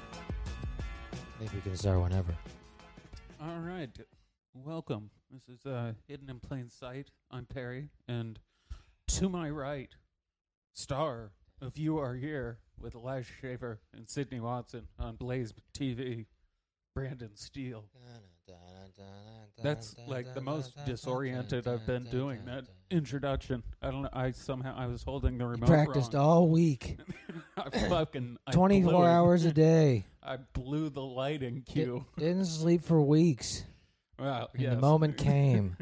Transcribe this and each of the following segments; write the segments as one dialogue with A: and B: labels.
A: I think we can start whenever.
B: All right. Welcome. This is uh, Hidden in Plain Sight. I'm Perry, and to my right, star of You Are Here with Elijah Shaver and Sydney Watson on Blaze TV, Brandon Steele. That's like the most disoriented I've been doing that introduction. I don't know. I somehow I was holding the remote.
A: Practiced
B: wrong.
A: all week,
B: I fucking I blew
A: 24
B: it.
A: hours a day.
B: I blew the lighting cue.
A: Di- Didn't sleep for weeks.
B: wow.
A: And
B: yes.
A: the moment came,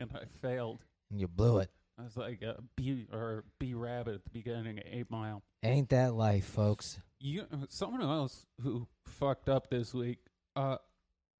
B: and I failed.
A: and you blew it.
B: I was like a bee or bee rabbit at the beginning of Eight Mile.
A: Ain't that life, folks?
B: You, someone else who fucked up this week. Uh,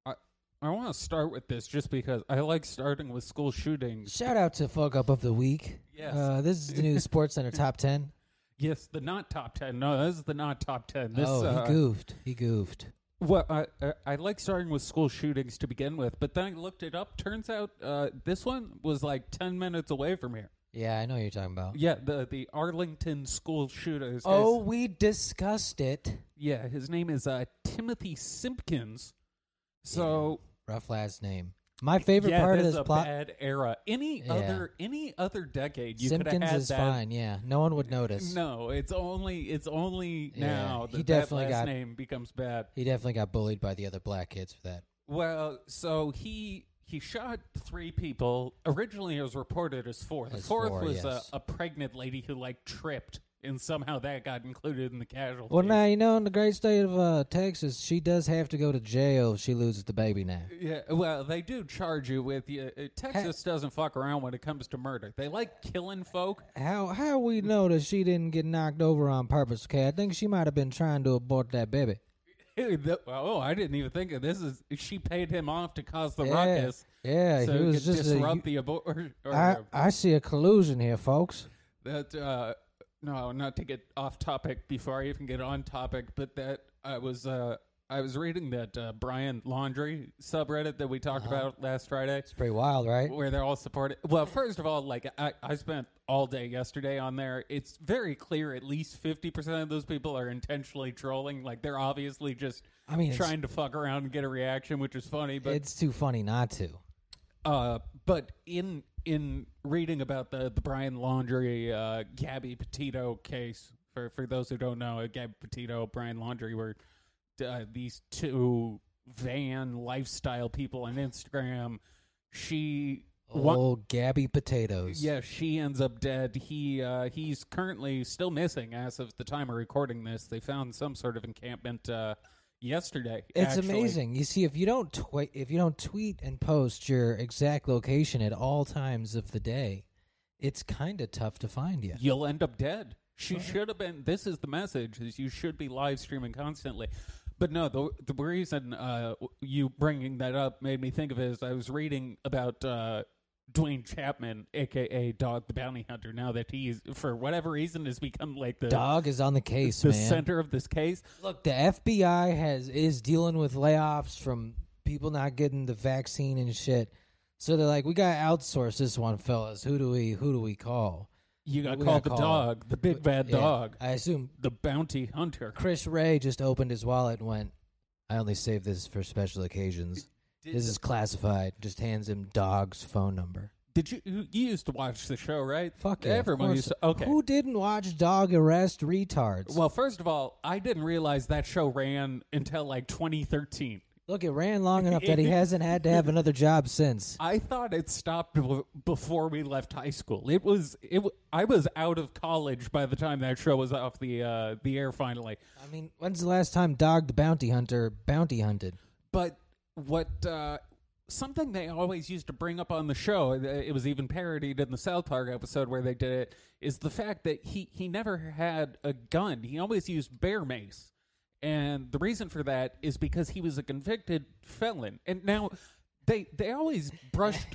B: I I want to start with this just because I like starting with school shootings.
A: Shout out to fuck up of the week.
B: Yes.
A: Uh, this is the new Sports Center top ten.
B: Yes, the not top ten. No, this is the not top ten. This
A: oh,
B: uh,
A: he goofed. He goofed.
B: Well, I, I I like starting with school shootings to begin with, but then I looked it up. Turns out uh, this one was like ten minutes away from here.
A: Yeah, I know what you're talking about.
B: Yeah, the the Arlington school shooter. His-
A: Oh, we discussed it.
B: yeah, his name is uh, Timothy Simpkins. So.
A: Rough last name. My favorite
B: yeah,
A: part of
B: that's
A: this
B: a
A: plot.
B: bad era. Any
A: Yeah.
B: other any other decade, you could have
A: Simpkins
B: had
A: is
B: that.
A: fine. Yeah, no one would notice.
B: No, it's only it's only
A: Yeah,
B: now
A: he
B: that
A: definitely
B: that last
A: got-
B: name becomes bad.
A: He definitely got bullied by the other black kids for that.
B: Well, so he he shot three people. Originally, it was reported as four. The
A: As
B: fourth
A: four,
B: was
A: yes.
B: a, a pregnant lady who like tripped, and somehow that got included in the casualties.
A: Well, now you know, in the great state of uh, Texas, she does have to go to jail if she loses the baby. Now,
B: Yeah, well, they do charge you with you. uh, Texas doesn't fuck around when it comes to murder. They like killing folk.
A: how how we know that she didn't get knocked over on purpose? Okay, I think she might have been trying to abort that baby.
B: Hey, the- oh, I didn't even think of this. Is she paid him off to cause the
A: Yeah.
B: ruckus?
A: Yeah,
B: so
A: he was
B: could
A: just a-
B: disrupt the abortion.
A: I I see a collusion here, folks.
B: that uh, no, not to get off topic before I even get on topic, but that I was uh, I was reading that uh, Brian Laundry subreddit that we talked
A: Uh-huh.
B: about last Friday,
A: It's pretty wild, right?
B: where they're all supported. Well, first of all, like I, I spent all day yesterday on there. It's very clear at least fifty percent of those people are intentionally trolling. Like they're obviously just.
A: I mean, it's-
B: trying to fuck around and get a reaction, which is funny, but
A: it's too funny not to.
B: uh, but in in reading about the the Brian Laundry uh, Gabby Petito case, for for those who don't know, uh, Gabby Petito, Brian Laundry were uh, these two van lifestyle people on Instagram. She one-
A: Old Gabby potatoes.
B: yeah, she ends up dead. He uh, he's currently still missing as of the time of recording this. They found some sort of encampment uh, yesterday.
A: It's
B: actually.
A: amazing. You see, if you don't twi- if you don't tweet and post your exact location at all times of the day, it's kind of tough to find you.
B: you'll end up dead. She should have been. This is the message: is you should be live streaming constantly. But no, the the reason uh, you bringing that up made me think of it is I was reading about uh, Dwayne Chapman, aka Dog the Bounty Hunter. Now that he's for whatever reason has become like the
A: Dog is on the case,
B: the
A: man.
B: center of this case.
A: Look, the FBI has is dealing with layoffs from people not getting the vaccine and shit. So they're like, we gotta outsource this one, fellas. Who do we who do we call?
B: You got
A: We
B: called
A: gotta
B: the
A: call
B: dog, the big bad
A: Yeah,
B: dog,
A: I assume
B: the bounty hunter.
A: Chris Ray just opened his wallet and went, I only save this for special occasions. This is classified. Just hands him dog's phone number.
B: Did you you used to watch the show, right?
A: Fuck yeah, of
B: everyone
A: course.
B: used to. Okay,
A: Who didn't watch Dog Arrest Retards?
B: Well, first of all, I didn't realize that show ran until like 2013.
A: Look, it ran long enough that he hasn't had to have another job since.
B: I thought it stopped bef- before we left high school. It was it. w- I was out of college by the time that show was off the uh, the air finally.
A: I mean, when's the last time Dog the Bounty Hunter bounty hunted?
B: But what uh, something they always used to bring up on the show, uh, it was even parodied in the South Park episode where they did it, is the fact that he he never had a gun. He always used bear mace, and the reason for that is because he was a convicted felon. And now they they always brushed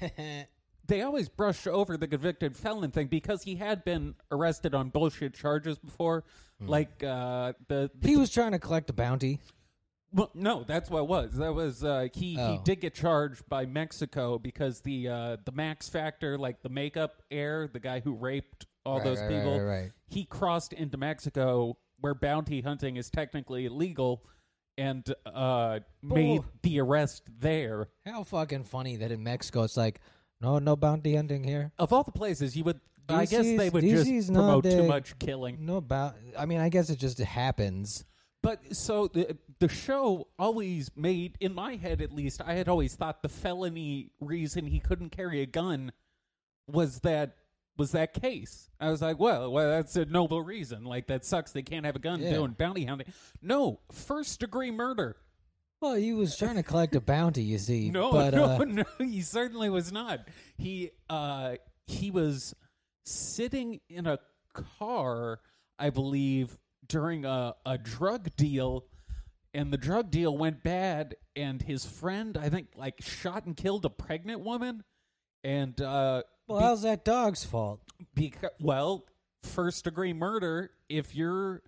B: they always brush over the convicted felon thing because he had been arrested on bullshit charges before, like uh, the, the
A: He was trying to collect a bounty.
B: well, no, that's what it was. That was uh, he. He
A: Oh.
B: did get charged by Mexico because the uh, the Max Factor, like the makeup heir, the guy who raped all
A: Right,
B: those
A: right, right,
B: people,
A: right, right.
B: he crossed into Mexico where bounty hunting is technically illegal, and uh, made
A: Bull.
B: the arrest there.
A: How fucking funny that in Mexico it's like, no, no bounty hunting here.
B: Of all the places, you would. I guess
A: DC's
B: they would
A: DC's
B: just
A: not
B: promote too
A: the-
B: much killing.
A: No bounty. I mean, I guess it just happens.
B: But so the the show always made in my head at least I had always thought the felony reason he couldn't carry a gun was that was that case. I was like, well, well that's a noble reason. Like that sucks they can't have a gun
A: Yeah.
B: doing bounty hunting. No, first degree murder.
A: Well, he was trying to collect a bounty, you see.
B: No,
A: but,
B: no,
A: uh,
B: no, he certainly was not. He uh he was sitting in a car, I believe, during a, a drug deal, and the drug deal went bad, and his friend, I think, like shot and killed a pregnant woman. And uh
A: Well, how's that dog's fault?
B: because well first degree murder if you're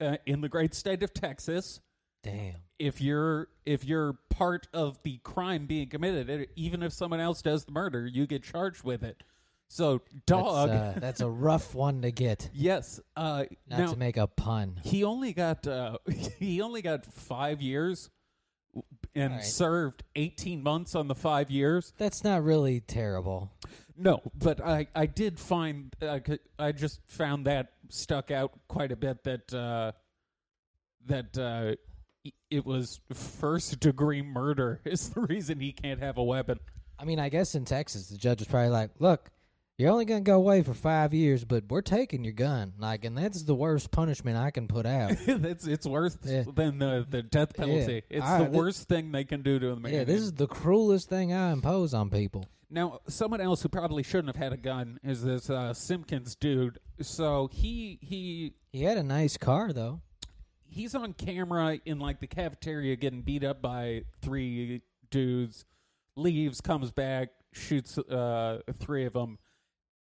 B: uh, in the great state of texas
A: Damn.
B: if you're if you're part of the crime being committed, it- even if someone else does the murder, you get charged with it. So dog,
A: That's, uh, that's a rough one to get.
B: yes. Uh,
A: Not
B: now
A: to make a pun.
B: he only got uh, he only got five years and
A: All right.
B: served eighteen months on the five years.
A: That's not really terrible.
B: No, but I I did find I could- I just found that stuck out quite a bit that uh, that uh, i- it was first degree murder is the reason he can't have a weapon.
A: I mean, I guess in Texas, the judge was probably like, look, you're only going to go away for five years, but we're taking your gun. Like, and that's the worst punishment I can put out.
B: it's it's worse
A: Yeah.
B: than the, the death penalty.
A: Yeah.
B: It's
A: Ah,
B: the
A: thi-
B: worst thing they can do to a man.
A: yeah, this is the cruelest thing I impose on people.
B: Now, someone else who probably shouldn't have had a gun is this uh, Simpkins dude. So he he
A: He had a nice car, though.
B: he's on camera in like the cafeteria getting beat up by three dudes leaves comes back shoots uh three of them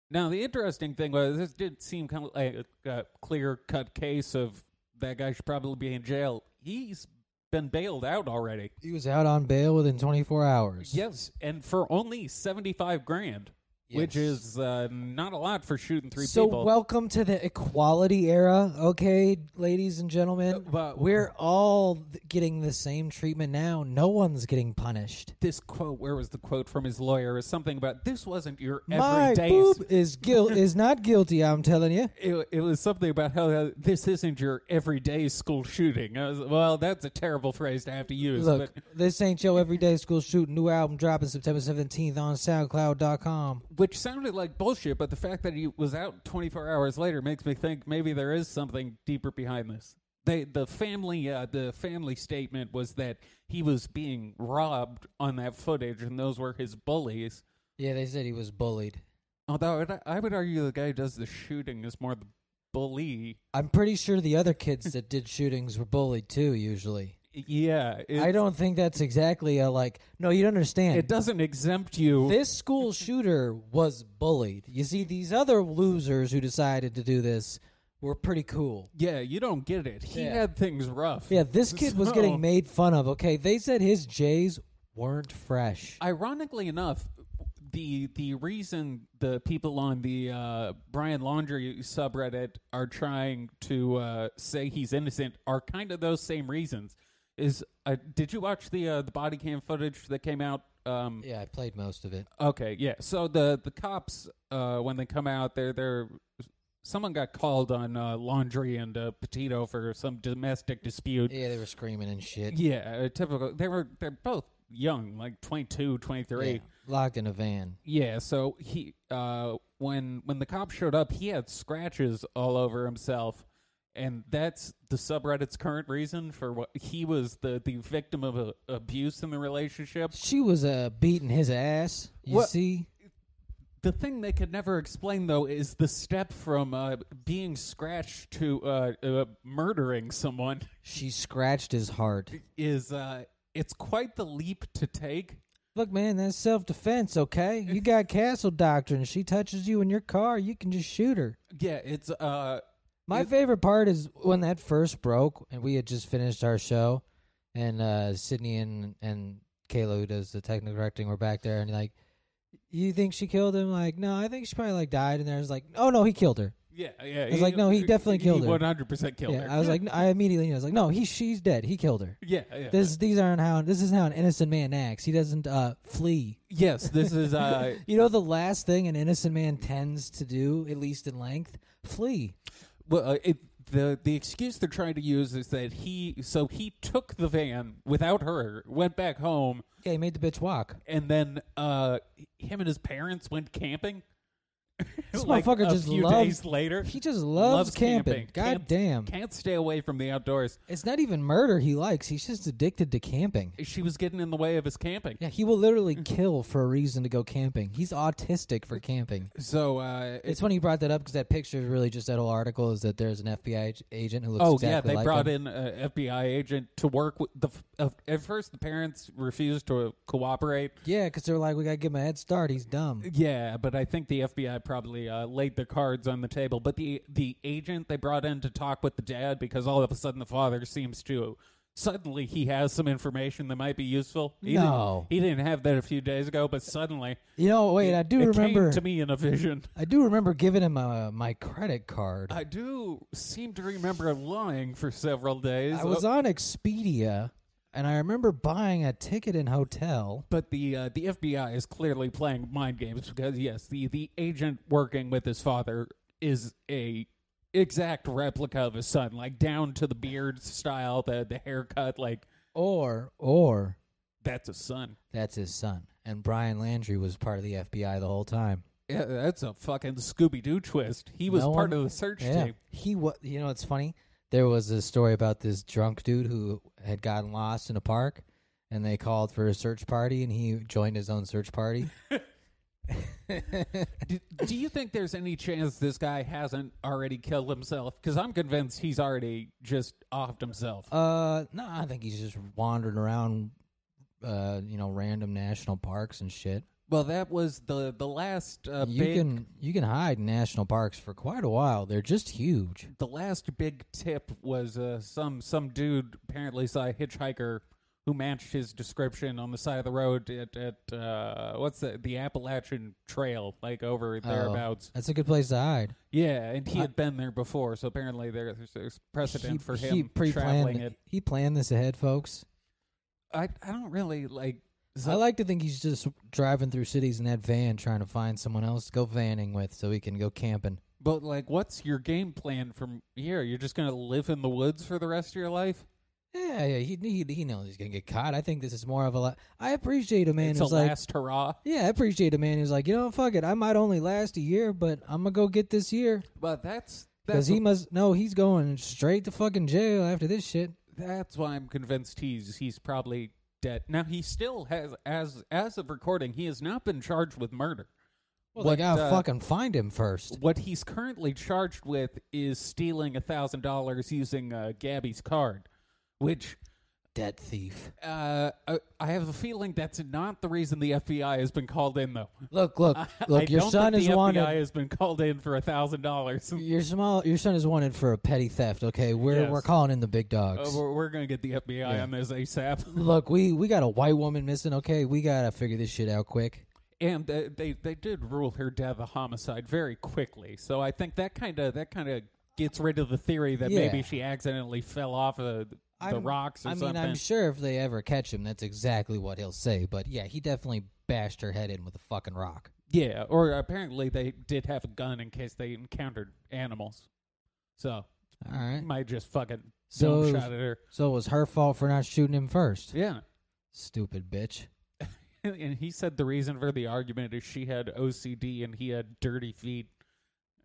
B: now the interesting thing was this did seem kind of like a, clear cut case of that guy should probably be in jail he's been bailed out already
A: He was out on bail within 24 hours.
B: yes and for only 75 grand which
A: Yes.
B: is uh, not a lot for shooting three
A: so
B: people
A: welcome to the equality era, okay, ladies and gentlemen.
B: Uh, but-
A: We're all th- getting the same treatment now. No one's getting punished.
B: this quote where was the quote from his lawyer is something about this wasn't your
A: My
B: everyday
A: boob is guilt is not guilty. I'm telling you.
B: it, it was something about how uh, this isn't your everyday school shooting. I was, well, that's a terrible phrase to have to use.
A: Look,
B: but
A: this ain't your everyday school shooting. New album dropping September 17th on SoundCloud.com.
B: which sounded like bullshit, but the fact that he was out 24 hours later makes me think maybe there is something deeper behind this. They, the family, uh, the family statement was that he was being robbed on that footage, and those were his bullies.
A: Yeah, they said he was bullied.
B: Although I'd- I would argue the guy who does the shooting is more the bully.
A: I'm pretty sure the other kids that did shootings were bullied too. Usually,
B: Yeah, it,
A: I don't think that's exactly a like. No, you don't understand.
B: it doesn't exempt you.
A: this school shooter was bullied. You see, these other losers who decided to do this were pretty cool.
B: Yeah, you don't get it. He
A: Yeah.
B: had things rough.
A: Yeah, this kid was
B: So,
A: getting made fun of. Okay, they said his J's weren't fresh.
B: Ironically enough, the the reason the people on the uh, Brian Laundry subreddit are trying to uh, say he's innocent are kind of those same reasons. Is uh, did you watch the uh, the body cam footage that came out? Um,
A: Yeah, I played most of it.
B: Okay, yeah. So the the cops, uh, when they come out, they're they're someone got called on uh, Laundry and uh, Petito for some domestic dispute.
A: Yeah, they were screaming and shit.
B: Yeah, a typical. They were they're both young, like 22, 23.
A: Yeah, Locked in a van.
B: Yeah, so he uh when when the cop showed up, he had scratches all over himself. And that's the subreddit's current reason for what he was the, the victim of a, abuse in the relationship.
A: She was uh, beating his ass. You
B: What-
A: see?
B: The thing they could never explain, though, is the step from uh, being scratched to uh, uh, murdering someone.
A: She scratched his heart.
B: Is uh, it's quite the leap to take.
A: Look, man, that's self defense, okay? You got castle doctrine. She touches you in your car, you can just shoot her.
B: Yeah, it's uh,
A: My favorite part is when that first broke, and we had just finished our show, and uh, Sydney and and Kayla, who does the technical directing, were back there, and like, you think she killed him? Like, no, I think she probably like died, and there was like, oh no, he killed her.
B: yeah, yeah.
A: was like, no, he definitely killed her.
B: One hundred percent killed
A: yeah,
B: her.
A: I was like, I immediately, knew. I was like, no, he, she's dead. He killed her.
B: yeah, yeah.
A: This, these aren't how. This is how an innocent man acts. He doesn't uh, flee.
B: yes, this is uh,
A: You know the last thing an innocent man tends to do, at least in length, flee.
B: well, uh, it, the the excuse they're trying to use is that he so he took the van without her, went back home,
A: Yeah, he made the bitch walk.
B: and then uh, him and his parents went camping.
A: This
B: like
A: motherfucker
B: a
A: just
B: few
A: loves-
B: days later.
A: He just loves, camping. God
B: Can't-
A: damn.
B: Can't stay away from the outdoors.
A: It's not even murder he likes. He's just addicted to camping.
B: She was getting in the way of his camping.
A: Yeah, he will literally kill for a reason to go camping. He's autistic for camping.
B: So uh,
A: It's funny you brought that up because that picture is really just that whole article is that there's an FBI ag- agent who looks
B: Oh
A: exactly
B: yeah, they
A: like
B: brought
A: him.
B: in an FBI agent to work with the. f- Uh, at first, the parents refused to cooperate.
A: Yeah, because they're like, we got to give him a head start. He's dumb.
B: Yeah, but I think the FBI probably uh, laid the cards on the table. But the the agent they brought in to talk with the dad because all of a sudden the father seems to suddenly he has some information that might be useful. He
A: No.
B: didn't, he didn't have that a few days ago, but suddenly
A: You know, wait, I do
B: it
A: remember.
B: came to me in a vision.
A: I do remember giving him uh, my credit card.
B: I do seem to remember lying for several days.
A: I was on Expedia, and I remember buying a ticket in hotel.
B: But the uh, the FBI is clearly playing mind games because yes, the the agent working with his father is a exact replica of his son, like down to the beard style, the the haircut, like
A: Or, or
B: that's a son.
A: that's his son. And Brian Landry was part of the FBI the whole time.
B: Yeah, that's a fucking Scooby Doo twist. He was
A: No
B: part
A: one-
B: of the search
A: Yeah,
B: team.
A: he was. You know, it's funny. There was a story about this drunk dude who had gotten lost in a park, and they called for a search party, and he joined his own search party.
B: Do, do you think there's any chance this guy hasn't already killed himself? Because I'm convinced he's already just offed himself.
A: Uh, no, I think he's just wandering around, uh, you know, random national parks and shit.
B: well, that was the the last uh,
A: you
B: big
A: can you can hide in national parks for quite a while. They're just huge.
B: the last big tip was uh, some some dude apparently saw a hitchhiker who matched his description on the side of the road at, at uh, what's the the Appalachian Trail, like over thereabouts.
A: Oh, That's a good place to hide.
B: Yeah, and he had been there before, so apparently there, there's, there's precedent for him traveling it.
A: He planned this ahead, folks.
B: I I don't really like.
A: I like to think he's just driving through cities in that van trying to find someone else to go vanning with so he can go camping.
B: But like, what's your game plan from here? You're just gonna live in the woods for the rest of your life?
A: Yeah, yeah, he he, he knows he's gonna get caught. I think this is more of a. la- I appreciate a man
B: it's a
A: who's like,
B: last hurrah.
A: yeah, I appreciate a man who's like, you know, fuck it, I might only last a year, but I'm gonna go get this year
B: But that's
A: because
B: that's
A: he must. No, he's going straight to fucking jail after this shit.
B: That's why I'm convinced he's he's probably dead. Now he still has as as of recording, he has not been charged with murder.
A: Well, they
B: What,
A: gotta
B: uh,
A: fucking find him first.
B: What he's currently charged with is stealing a thousand dollars using uh, Gabby's card, which
A: Dead thief.
B: uh, I- I have a feeling that's not the reason the FBI has been called in, though.
A: Look, look,
B: I
A: look. your
B: don't
A: son
B: think
A: is
B: the
A: wanted.
B: FBI has been called in for a thousand dollars. Uh,
A: Your small, your son is wanted for a petty theft. Okay, we're
B: Yes.
A: we're calling in the big dogs.
B: We're, we're gonna get the FBI on this ASAP.
A: Look, we we got a white woman missing. Okay, we gotta figure this shit out quick.
B: and they, they they did rule her death a homicide very quickly. So I think that kind of that kind of gets rid of the theory that
A: Yeah.
B: maybe she accidentally fell off of the, the
A: I'm-
B: rocks or
A: I mean,
B: something.
A: I'm sure if they ever catch him, that's exactly what he'll say. But yeah, he definitely bashed her head in with a fucking rock.
B: Yeah, or apparently they did have a gun in case they encountered animals. So
A: All right.
B: might just fucking
A: Eh. So-
B: so, shot at her.
A: So it was her fault for not shooting him first.
B: Yeah.
A: Stupid bitch.
B: And he said the reason for the argument is she had OCD and he had dirty feet.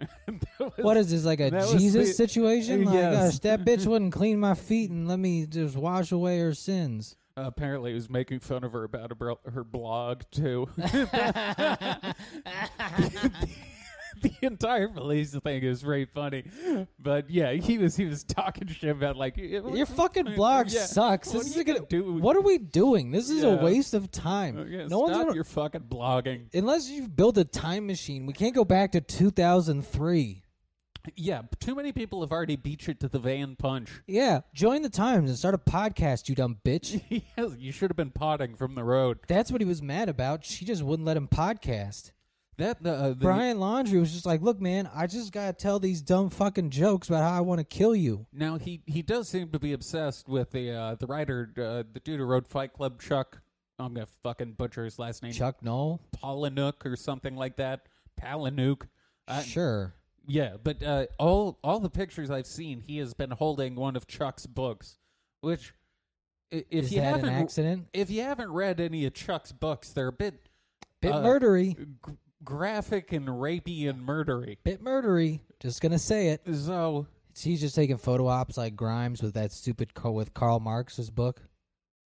B: And that was-
A: What is this like a
B: that was
A: Jesus
B: the-
A: situation? Like,
B: Yes.
A: gosh, that bitch wouldn't clean my feet and let me just wash away her sins.
B: apparently, he was making fun of her about her, bro- her blog too. the entire police thing is very funny, but yeah, he was he was talking shit about like
A: Your fucking blog
B: Yeah.
A: sucks.
B: What
A: This
B: are
A: is
B: you
A: gonna,
B: gonna do?
A: What are we doing? This is
B: Yeah.
A: a waste of time.
B: Uh, yeah,
A: no
B: stop
A: one's gonna,
B: your fucking blogging.
A: unless you build a time machine. We can't go back to 2003.
B: Yeah, too many people have already beat you to the van punch.
A: Yeah, join the times and start a podcast, you dumb bitch.
B: Yes, you should have been potting from the road.
A: That's what he was mad about. She just wouldn't let him podcast.
B: That the, uh, the
A: Brian Laundry was just like, "Look, man, I just gotta tell these dumb fucking jokes about how I want to kill you."
B: Now he he does seem to be obsessed with the uh, the writer, uh, the dude who wrote Fight Club, Chuck. I'm gonna fucking butcher his last name,
A: Chuck Noll,
B: Palahniuk or something like that. Palahniuk. Uh,
A: sure.
B: Yeah, but uh, all all the pictures I've seen, he has been holding one of Chuck's books, which i- if
A: Is
B: you
A: that an
B: haven't
A: accident?
B: if you haven't read any of Chuck's books, they're a bit
A: Bit
B: uh,
A: murdery,
B: g- graphic and rapey and murdery.
A: bit murdery. Just gonna say it.
B: So
A: He's just taking photo ops like Grimes with that stupid co- with Karl Marx's book.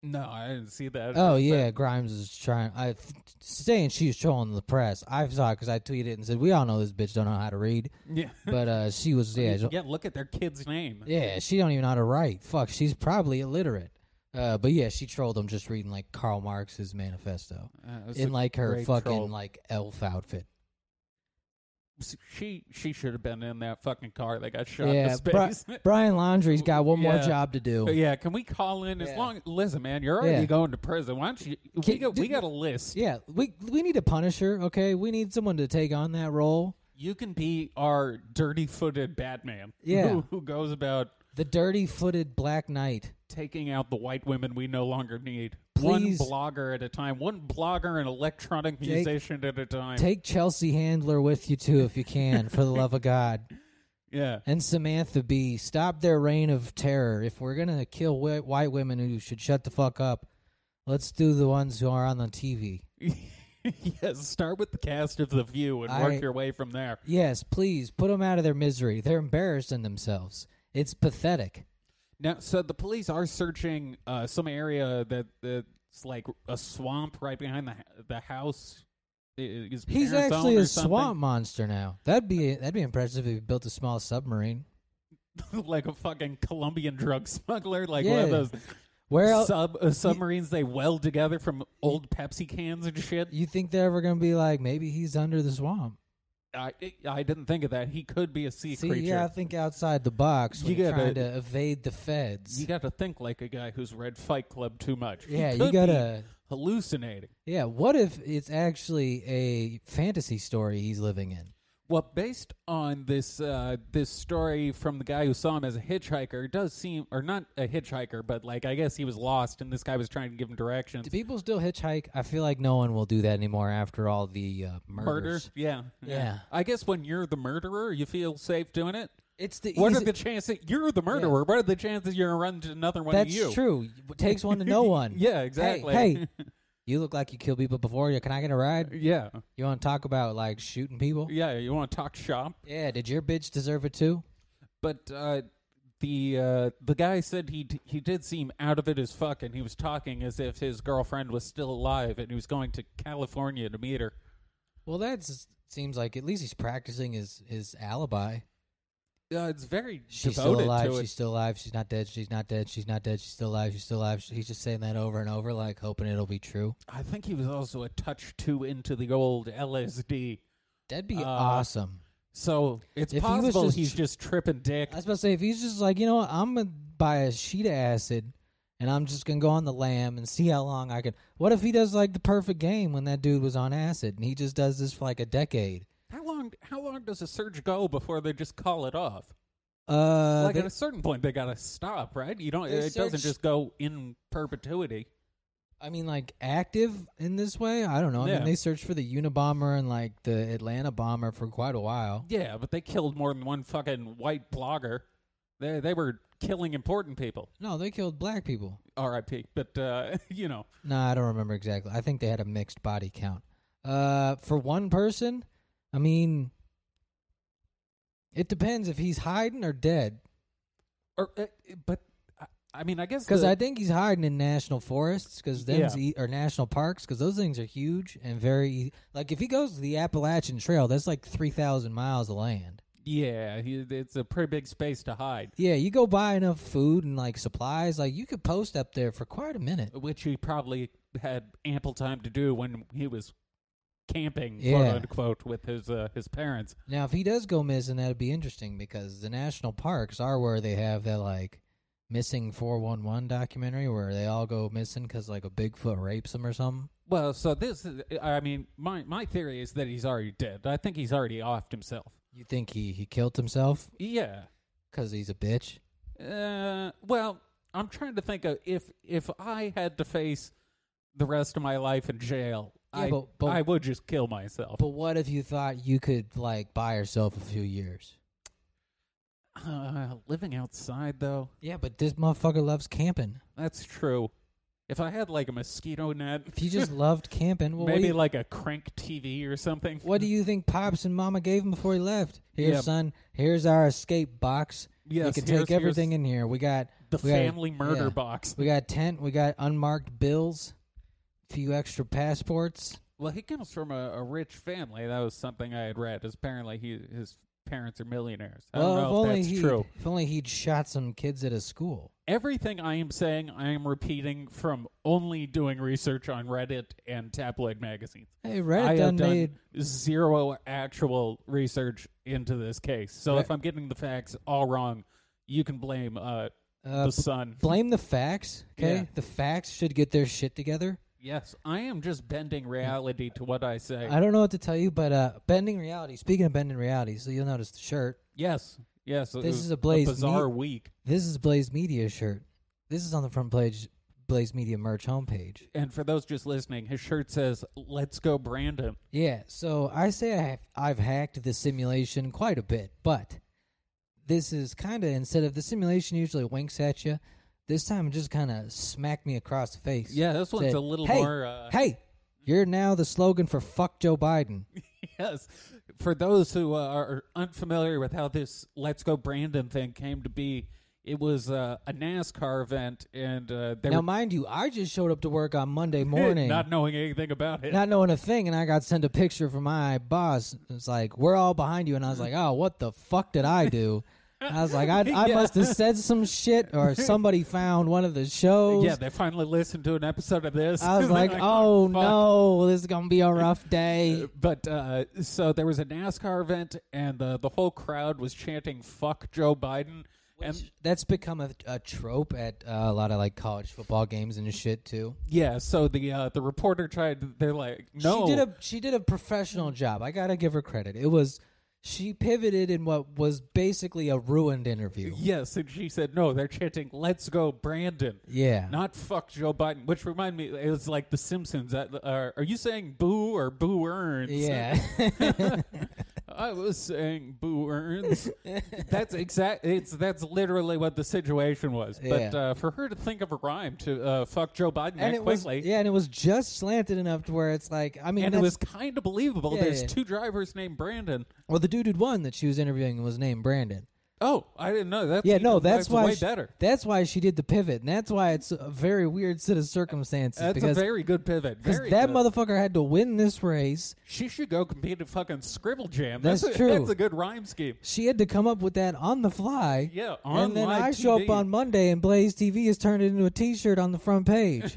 B: no, I didn't see that.
A: Oh yeah, Grimes is trying. I saying she's trolling the press. I saw because I tweeted and said we all know this bitch don't know how to read,
B: yeah,
A: but uh, she was yeah,
B: yeah. Look at their kid's name.
A: Yeah, she don't even know how to write. Fuck, she's probably illiterate. Uh, but yeah, she trolled him just reading like Karl Marx's manifesto
B: Uh, it's
A: in
B: a
A: like her
B: great
A: fucking
B: troll.
A: like elf outfit.
B: S- she she should have been in that fucking car that got shot
A: yeah,
B: in space.
A: Bri- Brian Laundrie's got one
B: Yeah.
A: more job to do.
B: But yeah, can we call in as
A: Yeah.
B: long? Listen, man, you're already
A: Yeah.
B: going to prison. Why don't you? We
A: Can-
B: got, we
A: did-
B: got a list.
A: Yeah, we we need a Punisher. Okay, we need someone to take on that role.
B: You can be our dirty-footed Batman.
A: Yeah.
B: who, who goes about
A: The dirty-footed Black Knight.
B: taking out the white women we no longer need.
A: Please.
B: One blogger at a time. One blogger and electronic musician at a time.
A: Take Chelsea Handler with you too, if you can, for the love of God.
B: yeah.
A: And Samantha Bee, stop their reign of terror. If we're gonna kill whi- white women who should shut the fuck up, let's do the ones who are on the TV.
B: yes. Start with the cast of The View and
A: I-
B: work your way from there.
A: Yes, please put them out of their misery. They're embarrassed in themselves. It's pathetic.
B: Now, so the police are searching uh, some area that that's like a swamp right behind the the house. i- His
A: He's
B: parents
A: actually
B: own
A: a
B: or something.
A: swamp monster now. That'd be that'd be impressive if he built a small submarine.
B: like a fucking Colombian drug smuggler, like one of
A: Yeah.
B: those
A: Where else?
B: sub uh, submarines they weld together from old Pepsi cans and shit.
A: you think they're ever gonna be like? Maybe he's under the swamp.
B: I I didn't think of that. He could be a sea
A: See,
B: creature.
A: yeah, I think outside the box. When
B: You
A: you are
B: gotta-
A: trying to evade the feds.
B: you got to think like a guy who's read Fight Club too much. He
A: yeah, you
B: could be
A: gotta.
B: hallucinating.
A: Yeah, what if it's actually a fantasy story he's living in?
B: Well, based on this uh, this story from the guy who saw him as a hitchhiker, it does seem, or not a hitchhiker, but like I guess he was lost, and this guy was trying to give him directions.
A: Do people still hitchhike? I feel like no one will do that anymore after all the uh,
B: Murder,
A: murders.
B: yeah,
A: Yeah.
B: I guess when you're the murderer, you feel safe doing it.
A: It's the
B: What are
A: easy-
B: the chances you're the murderer? What are the chances you're gonna run into another one
A: That's
B: of you?
A: true. It takes one to know one.
B: Yeah,
A: Hey,
B: exactly.
A: Hey, you look like you killed people before. You can I get a ride?
B: Yeah,
A: You want to talk about like shooting people?
B: yeah. You want to talk shop?
A: Yeah. Did your bitch deserve it too?
B: But uh, the uh, the guy said he d- he did seem out of it as fuck, and he was talking as if his girlfriend was still alive, and he was going to California to meet her.
A: Well, that seems like at least he's practicing his his alibi.
B: Uh, it's very
A: She's
B: devoted
A: still alive.
B: to it.
A: She's still alive. She's not dead. She's not dead. She's not dead. She's still alive. She's still alive. He's just saying that over and over, like hoping it'll be true.
B: I think he was also a touch too into the old LSD,
A: That'd be
B: Uh,
A: awesome.
B: so it's
A: If he was
B: possible
A: just
B: he's
A: tr-
B: just tripping dick.
A: I was about to say if he's just like, you know what, I'm gonna buy a sheet of acid and I'm just gonna go on the lam and see how long I can what if he does like the perfect game when that dude was on acid and he just does this for like a decade?
B: How long? How long does a surge go before they just call it off?
A: Uh
B: like
A: they-
B: at a certain point, they gotta stop, right? You don't.
A: they
B: It doesn't
A: search-
B: just go in perpetuity.
A: I mean, like active in this way. I don't know. I
B: Yeah.
A: mean, they searched for the Unabomber and like the Atlanta bomber for quite a while.
B: Yeah, but they killed more than one fucking white blogger. They they were killing important people.
A: No, they killed black people.
B: R.I.P. But uh, you know,
A: No, I don't remember exactly. I think they had a mixed body count. Uh, for one person, I mean, it depends if he's hiding or dead.
B: or uh, but I, I mean, I guess
A: Because
B: the-
A: I think he's hiding in national forests, because them's
B: Yeah.
A: e- or national parks, because those things are huge and very e- like if he goes to the Appalachian Trail, that's like three thousand miles of land.
B: yeah, he, it's a pretty big space to hide,
A: Yeah, you go buy enough food and like supplies, like you could post up there for quite a minute.
B: which he probably had ample time to do when he was camping, quote
A: Yeah.
B: unquote, with his uh, his parents.
A: Now, if he does go missing, that'd be interesting because the national parks are where they have that like missing four one one documentary where they all go missing because like a Bigfoot rapes them or something.
B: Well, so this, is, I mean, my my theory is that he's already dead. I think he's already offed himself.
A: You think he he killed himself
B: Yeah.
A: because he's a bitch?
B: Uh, well, I'm trying to think of if if I had to face the rest of my life in jail,
A: Yeah,
B: I
A: but- but-
B: I would just kill myself.
A: But what if you thought you could like buy yourself a few years?
B: uh, living outside though,
A: Yeah, but this motherfucker loves camping.
B: that's true. If I had like a mosquito net,
A: If you just loved camping, well, what do
B: maybe
A: you-
B: like a crank TV or something.
A: What do you think Pops and Mama gave him before he left? Here,
B: Yeah.
A: son. Here's our escape box.
B: Yes,
A: you can
B: here's-
A: take everything
B: here's
A: in here. We got
B: the
A: we got-
B: family murder
A: yeah.
B: box?
A: We got tent. We got unmarked bills. A few extra passports.
B: Well, he comes from a, a rich family. That was something I had read. Is apparently he his parents are millionaires. I
A: well,
B: don't
A: if
B: know
A: only
B: if that's
A: he'd,
B: true.
A: If only he'd shot some kids at a school.
B: everything I am saying, I am repeating from only doing research on Reddit and tabloid magazines.
A: Hey,
B: I
A: Reddit
B: have
A: done
B: done
A: made.
B: zero actual research into this case. So
A: Re-
B: if I'm getting the facts all wrong, you can blame uh,
A: Uh,
B: the sun.
A: blame the facts. Okay,
B: Yeah.
A: the facts should get their shit together.
B: Yes, I am just bending reality to what I say.
A: I don't know what to tell you, but uh, bending reality. Speaking of bending reality, so you'll notice the shirt.
B: yes, yes. it
A: This
B: was
A: is a Blaze
B: bizarre
A: meat-
B: week.
A: This is Blaze Media shirt. This is on the front page, Blaze Media merch homepage.
B: And for those just listening, his shirt says "Let's go, Brandon."
A: Yeah, so I say I have, I've hacked the simulation quite a bit, but this is kind of instead of the simulation usually winks at you, this time it just kind of smacked me across the face.
B: Yeah, this one's
A: Said,
B: a little
A: "Hey,
B: more, uh,
A: hey, you're now the slogan for "fuck Joe Biden."
B: Yes. For those who uh, are unfamiliar with how this Let's Go Brandon thing came to be, it was uh, a NASCAR event, and uh, they
A: Now,
B: were
A: mind you, I just showed up to work on Monday morning.
B: not knowing anything about it.
A: not knowing a thing, and I got sent a picture from my boss. It's like we're all behind you, and I was like, "Oh, what the fuck did I do?" I was like, "I, I
B: Yeah.
A: must have said some shit, or somebody found one of the shows."
B: yeah, they finally listened to an episode of this.
A: I was
B: They're
A: like, "Oh
B: fuck."
A: no, this is gonna be a rough day."
B: But uh, so there was a NASCAR event, and the the whole crowd was chanting "Fuck Joe Biden." and
A: That's become a, a trope at uh, a lot of like college football games and shit too.
B: yeah, so the uh, the reporter tried. They're like, "No,
A: She did a she did a professional job. I gotta give her credit. It was she pivoted in what was basically a ruined interview.
B: yes." And she said, "No, they're chanting, let's go, Brandon.'"
A: Yeah.
B: Not fuck Joe Biden, which remind me, it was like The Simpsons. That, uh, are you saying boo or boo earns?
A: yeah.
B: I was saying boo earns. that's exact. It's that's literally what the situation was. But
A: Yeah.
B: uh, for her to think of a rhyme to uh, fuck Joe Biden that
A: and it was
B: quickly,
A: yeah, and it was just slanted enough to where it's like I mean,
B: and it
A: that's-
B: was kind of believable.
A: Yeah,
B: There's
A: yeah.
B: two drivers named Brandon.
A: well, the dude who won that she was interviewing was named Brandon.
B: Oh, I didn't know. That's
A: Yeah, no,
B: even-
A: that's, why
B: way
A: she-
B: better.
A: That's why she did the pivot, and that's why it's a very weird set of circumstances
B: That's
A: because
B: a very good pivot.
A: 'cause
B: Very
A: that
B: good.
A: motherfucker had to win this race.
B: She should go compete at fucking Scribble Jam.
A: That's
B: a,
A: true.
B: That's a good rhyme scheme.
A: She had to come up with that on the fly.
B: Yeah,
A: and then
B: online
A: I show up
B: TV.
A: on Monday, and Blaze TV has turned it into a T-shirt on the front page.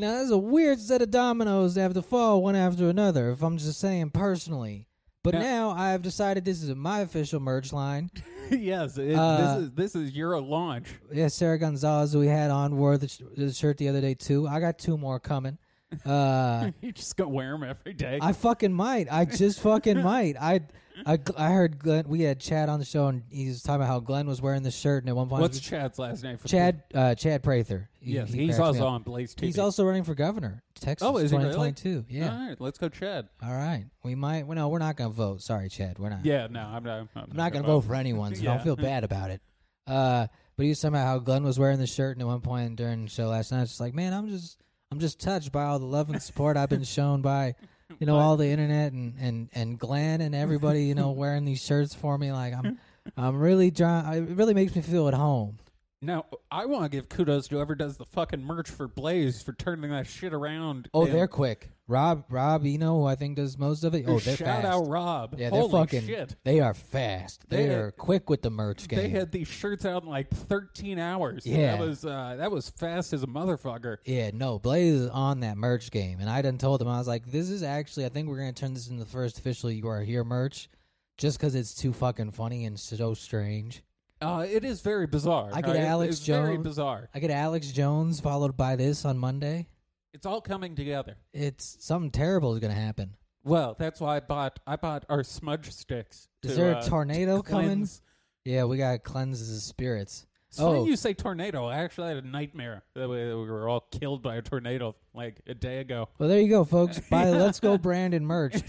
A: now that's a weird set of dominoes to have to fall one after another. If I'm just saying personally, but now,
B: Now-
A: I have decided this is my official merch line.
B: yes, it,
A: Uh,
B: this is this is your launch.
A: Yeah, Sarah Gonzalez, who we had on, wore the, sh- the shirt the other day too. I got two more coming. Uh,
B: You're just gonna wear them every day.
A: I fucking might. I just fucking might. I, I, I heard Glenn. We had Chad on the show, and he was talking about how Glenn was wearing this shirt, and at one point,
B: What's Chad's last name? For
A: Chad? Uh, Chad Prather. He-
B: yes,
A: he
B: he's
A: cracks me
B: also
A: up.
B: on Blaze TV.
A: He's also running for governor, Texas,
B: Oh, is he really?
A: 2022. Yeah.
B: All right, let's go, Chad.
A: All right. We might. Well, no, we're not gonna vote. Sorry, Chad. We're not.
B: Yeah, no, I'm not. I'm,
A: I'm not gonna vote for anyone, so I
B: Yeah.
A: don't feel bad about it. Uh, but he was talking about how Glenn was wearing the shirt, and at one point during the show last night, it's just like, man, I'm just, I'm just touched by all the love and support I've been shown by, you know, all the internet and and and Glenn and everybody, you know, wearing these shirts for me. Like I'm, I'm really dry. It really makes me feel at home.
B: Now, I want to give kudos to whoever does the fucking merch for Blaze for turning that shit around.
A: Oh,
B: and
A: they're quick. Rob, Rob, you know who I think does most of it. Oh, they're
B: shout
A: fast.
B: out Rob.
A: Yeah,
B: Holy
A: they're fucking.
B: shit.
A: They are fast. They,
B: They had-
A: are quick with the merch game.
B: They had these shirts out in like 13 hours.
A: Yeah.
B: that was uh, that was fast as a motherfucker.
A: yeah, no, Blaze is on that merch game, and I done told them I was like, "This is actually, I think we're gonna turn this into the first official you are here merch, just because it's too fucking funny and so strange."
B: Uh, it is very bizarre.
A: I get
B: all right?
A: Alex
B: it's Very
A: Jones.
B: bizarre.
A: I get Alex Jones followed by this on Monday.
B: It's all coming together.
A: It's something terrible is gonna happen.
B: Well, that's why I bought I bought our smudge sticks.
A: Is
B: to,
A: there a
B: uh,
A: tornado
B: to
A: coming?
B: cleanse.
A: Yeah, we gotta cleanse the spirits.
B: It's funny
A: Oh.
B: you say tornado. I actually had a nightmare that we, we were all killed by a tornado like a day ago.
A: Well, there you go, folks. Buy Let's Go brand and merch,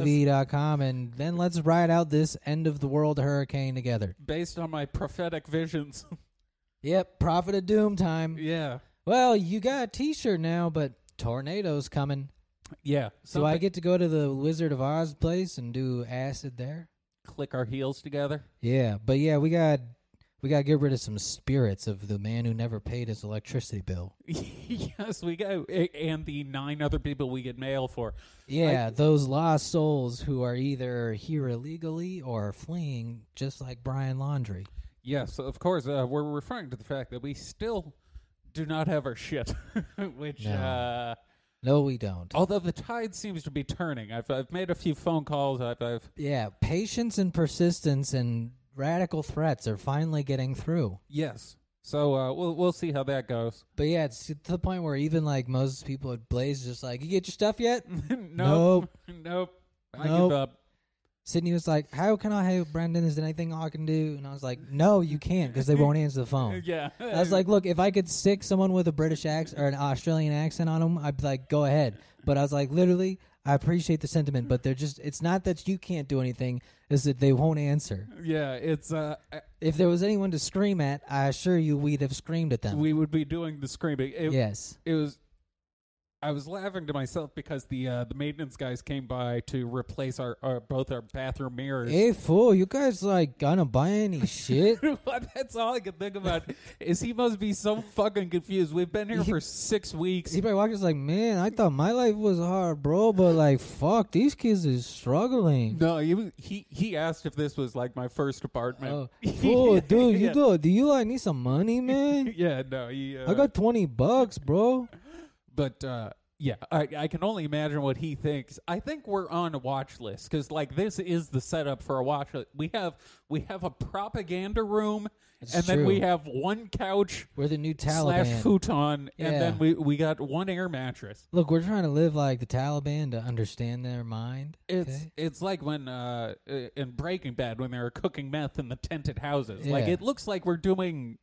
A: blazetv.com, and then let's ride out this end of the world hurricane together.
B: Based on my prophetic visions.
A: Yep, Prophet of Doom time.
B: yeah.
A: Well, you got a t shirt now, but tornadoes coming.
B: Yeah.
A: So I get to go to the Wizard of Oz place and do acid there?
B: click our heels together.
A: Yeah, but yeah, we got we got to get rid of some spirits of the man who never paid his electricity bill.
B: yes, we go. A- And the nine other people we get mail for.
A: Yeah, those lost souls who are either here illegally or fleeing, just like Brian Laundry.
B: Yes, of course. Uh, we're referring to the fact that we still do not have our shit, which.
A: No.
B: Uh,
A: No, we don't.
B: Although the tide seems to be turning, I've I've made a few phone calls. I've, I've
A: Yeah, patience and persistence and radical threats are finally getting through.
B: yes. So uh, we'll we'll see how that goes.
A: But yeah, it's to the point where even like most people at Blaze just like, you get your stuff yet?
B: nope, nope. I
A: Nope.
B: give up.
A: Sydney was like, how can I help Brendan? Is there anything I can do? And I was like, no, you can't because they won't answer the phone.
B: Yeah.
A: I was like, look, if I could stick someone with a British accent or an Australian accent on them, I'd be like, go ahead. But I was like, literally, I appreciate the sentiment, but they're just, it's not that you can't do anything, it's that they won't answer.
B: yeah. It's uh, I-
A: If there was anyone to scream at, I assure you we'd have screamed at them.
B: we would be doing the screaming. It,
A: yes.
B: it was. I was laughing to myself because the uh, the maintenance guys came by to replace our, our both our bathroom mirrors.
A: Hey, fool, you guys like gonna buy any shit?
B: That's all I can think about is he must be so fucking confused. We've been here
A: He-
B: for six weeks.
A: Everybody walker's like, man, I thought my life was hard, bro, but like, fuck, these kids is struggling.
B: No, he was, he he asked if this was like my first apartment.
A: Oh, fool, dude,
B: yeah.
A: you do, do you like need some money, man?
B: Yeah, no, he. Uh,
A: I got twenty bucks, bro.
B: but uh, yeah, I I can only imagine what he thinks. I think we're on a watch list because like this is the setup for a watch list. We have we have a propaganda room, and then
A: true.
B: we have one couch
A: We're the new
B: slash
A: Taliban.
B: futon, and
A: Yeah.
B: then we we got one air mattress.
A: Look, we're trying to live like the Taliban to understand their mind.
B: It's
A: okay?
B: it's like when uh, uh, in Breaking Bad when they were cooking meth in the tented houses. Like
A: Yeah.
B: it looks like we're doing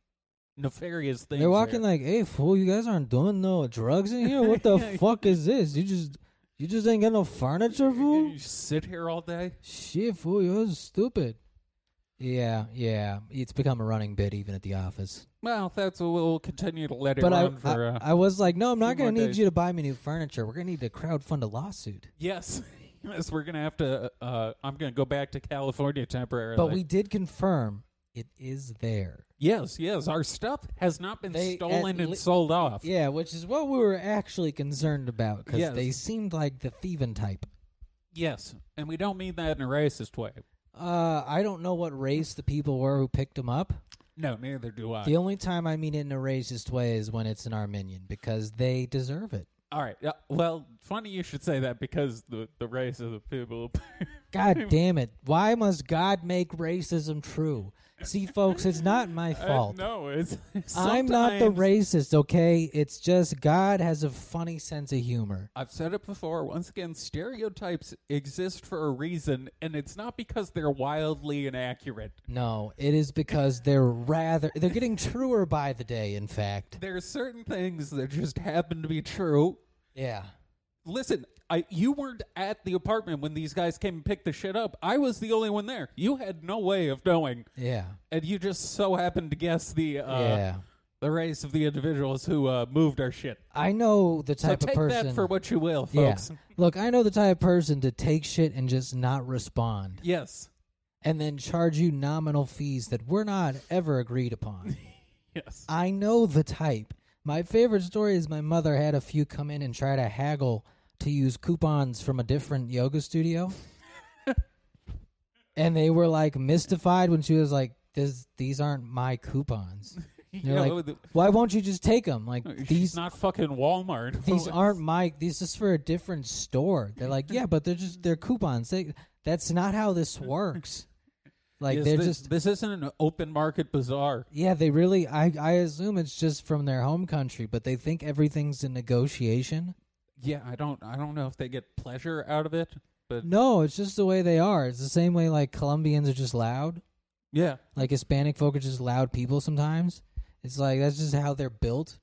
B: nefarious things.
A: they're walking
B: there.
A: like, hey, fool, you guys aren't doing no drugs in here. What the fuck is this? You just, you just ain't got no furniture, fool.
B: You sit here all day.
A: Shit, fool, you're stupid. Yeah, yeah. It's become a running bit even at the office.
B: Well, that's what we'll continue to let it
A: But I,
B: run for. uh,
A: I, I was like, no, I'm not
B: few
A: going to
B: more
A: need
B: days.
A: you to buy me new furniture. We're going to need to crowdfund a lawsuit.
B: yes, yes, we're gonna have to. Uh, I'm gonna go back to California temporarily.
A: But we did confirm it is there.
B: yes, yes, our stuff has not been
A: They-
B: stolen
A: at
B: and
A: le-
B: sold off.
A: Yeah, which is what we were actually concerned about because
B: Yes.
A: they seemed like the thieving type.
B: Yes, and we don't mean that in a racist way.
A: Uh, I don't know what race the people were who picked them up.
B: No, neither do I.
A: The only time I mean it in a racist way is when it's an Armenian because they deserve it.
B: All right. Uh, well, funny you should say that because the the race of the people.
A: God damn it. Why must God make racism true? See, folks, it's not my
B: Uh,
A: fault.
B: no, it's.
A: I'm not the
B: sometimes-
A: racist, okay? It's just God has a funny sense of humor.
B: I've said it before. Once again, stereotypes exist for a reason, and it's not because they're wildly inaccurate.
A: No, it is because they're rather they're getting truer by the day, in fact.
B: There are certain things that just happen to be true.
A: Yeah.
B: Listen, I you weren't at the apartment when these guys came and picked the shit up. I was the only one there. You had no way of knowing,
A: Yeah.
B: and you just so happened to guess the uh,
A: yeah.
B: the race of the individuals who uh, moved our shit.
A: I know the
B: So
A: type
B: take
A: of person
B: that for what you will, folks.
A: Yeah. Look, I know the type of person to take shit and just not respond
B: Yes,
A: and then charge you nominal fees that were not ever agreed upon.
B: yes.
A: I know the type. My favorite story is my mother had a few come in and try to haggle to use coupons from a different yoga studio. and they were like mystified when she was like, this, these aren't my coupons. And
B: Yeah,
A: They're
B: well,
A: like,
B: the-
A: why won't you just take them? Like
B: She's
A: these,
B: not fucking Walmart.
A: these aren't my. These is for a different store. They're like, yeah, but they're just they're coupons. They, that's not how this works. Like
B: Yes,
A: they're
B: this,
A: just
B: this isn't an open market bazaar.
A: Yeah, they really. I I assume it's just from their home country, but they think everything's a negotiation.
B: Yeah, I don't I don't know if they get pleasure out of it, but
A: No, it's just the way they are. It's the same way like Colombians are just loud,
B: yeah.
A: like Hispanic folk are just loud people sometimes. It's like that's just how they're built.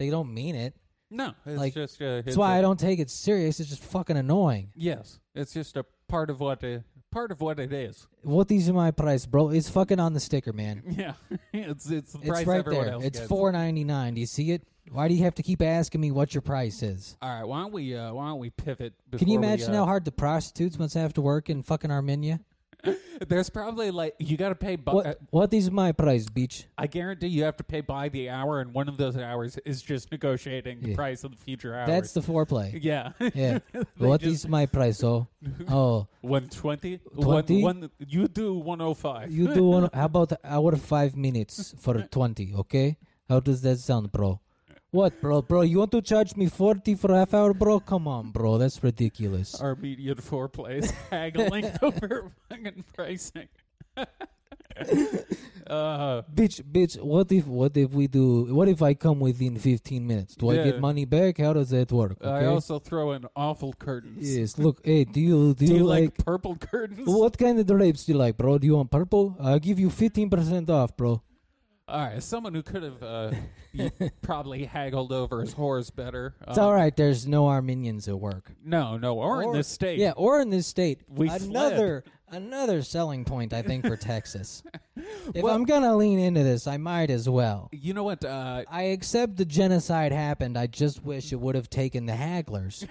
A: They don't mean it.
B: No, it's
A: Like,
B: just uh,
A: That's why I I don't take it serious. It's just fucking annoying.
B: Yes, it's just a part of what uh part of what it is.
A: What these are my price, bro? It's fucking on the sticker, man.
B: Yeah, it's it's the price
A: It's right
B: everyone
A: there.
B: else
A: It's
B: gets.
A: four ninety nine. Do you see it? Why do you have to keep asking me what your price is?
B: All right, why don't we uh, why don't we pivot? Before
A: Can you imagine
B: we, uh,
A: how hard the prostitutes must have to work in fucking Armenia?
B: There's probably like you got to pay. Bu-
A: What
B: uh,
A: what is my price, bitch?
B: I guarantee you have to pay by the hour, and one of those hours is just negotiating the
A: Yeah.
B: price of the future hours.
A: That's the foreplay.
B: yeah.
A: Yeah. What is
B: just-
A: my price? Oh, oh,
B: 120?
A: 20?
B: One, one, oh you do 105.
A: you do one. How about hour five minutes for twenty? Okay. How does that sound, bro? What, bro? Bro, you want to charge me forty for a half hour, bro? Come on, bro. That's ridiculous.
B: Our median foreplay is haggling over fucking pricing. uh,
A: Bitch, bitch. What if what if we do? What if I come within fifteen minutes? Do I
B: Yeah.
A: get money back? How does that work? Okay.
B: I also throw in awful curtains.
A: yes. Look, hey, do you do,
B: Do
A: you
B: you like,
A: like
B: purple curtains?
A: What kind of drapes do you like, bro? Do you want purple? I'll give you 15% off, bro.
B: All right, someone who could have uh, you probably haggled over his whores better. uh,
A: It's all right. There's no Armenians at work.
B: No, no, Um, or, in this state.
A: Yeah, or in this state.
B: We
A: another another selling point, I think, for Texas. If I'm going to lean into this, I might as well.
B: You know what? Uh,
A: I accept the genocide happened. I just wish it would have taken the hagglers.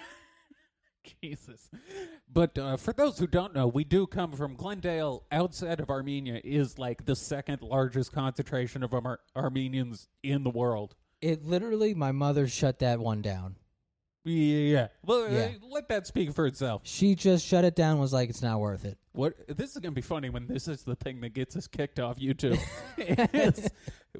B: Jesus. But uh, for those who don't know, we do come from Glendale, outside of Armenia, is like the second largest concentration of Ar- Armenians in the world.
A: It literally, my mother shut that one down.
B: Yeah. Well,
A: Yeah.
B: uh, let that speak for itself.
A: She just shut it down, was like, it's not worth it.
B: What this is going to be funny when this is the thing that gets us kicked off YouTube. It's-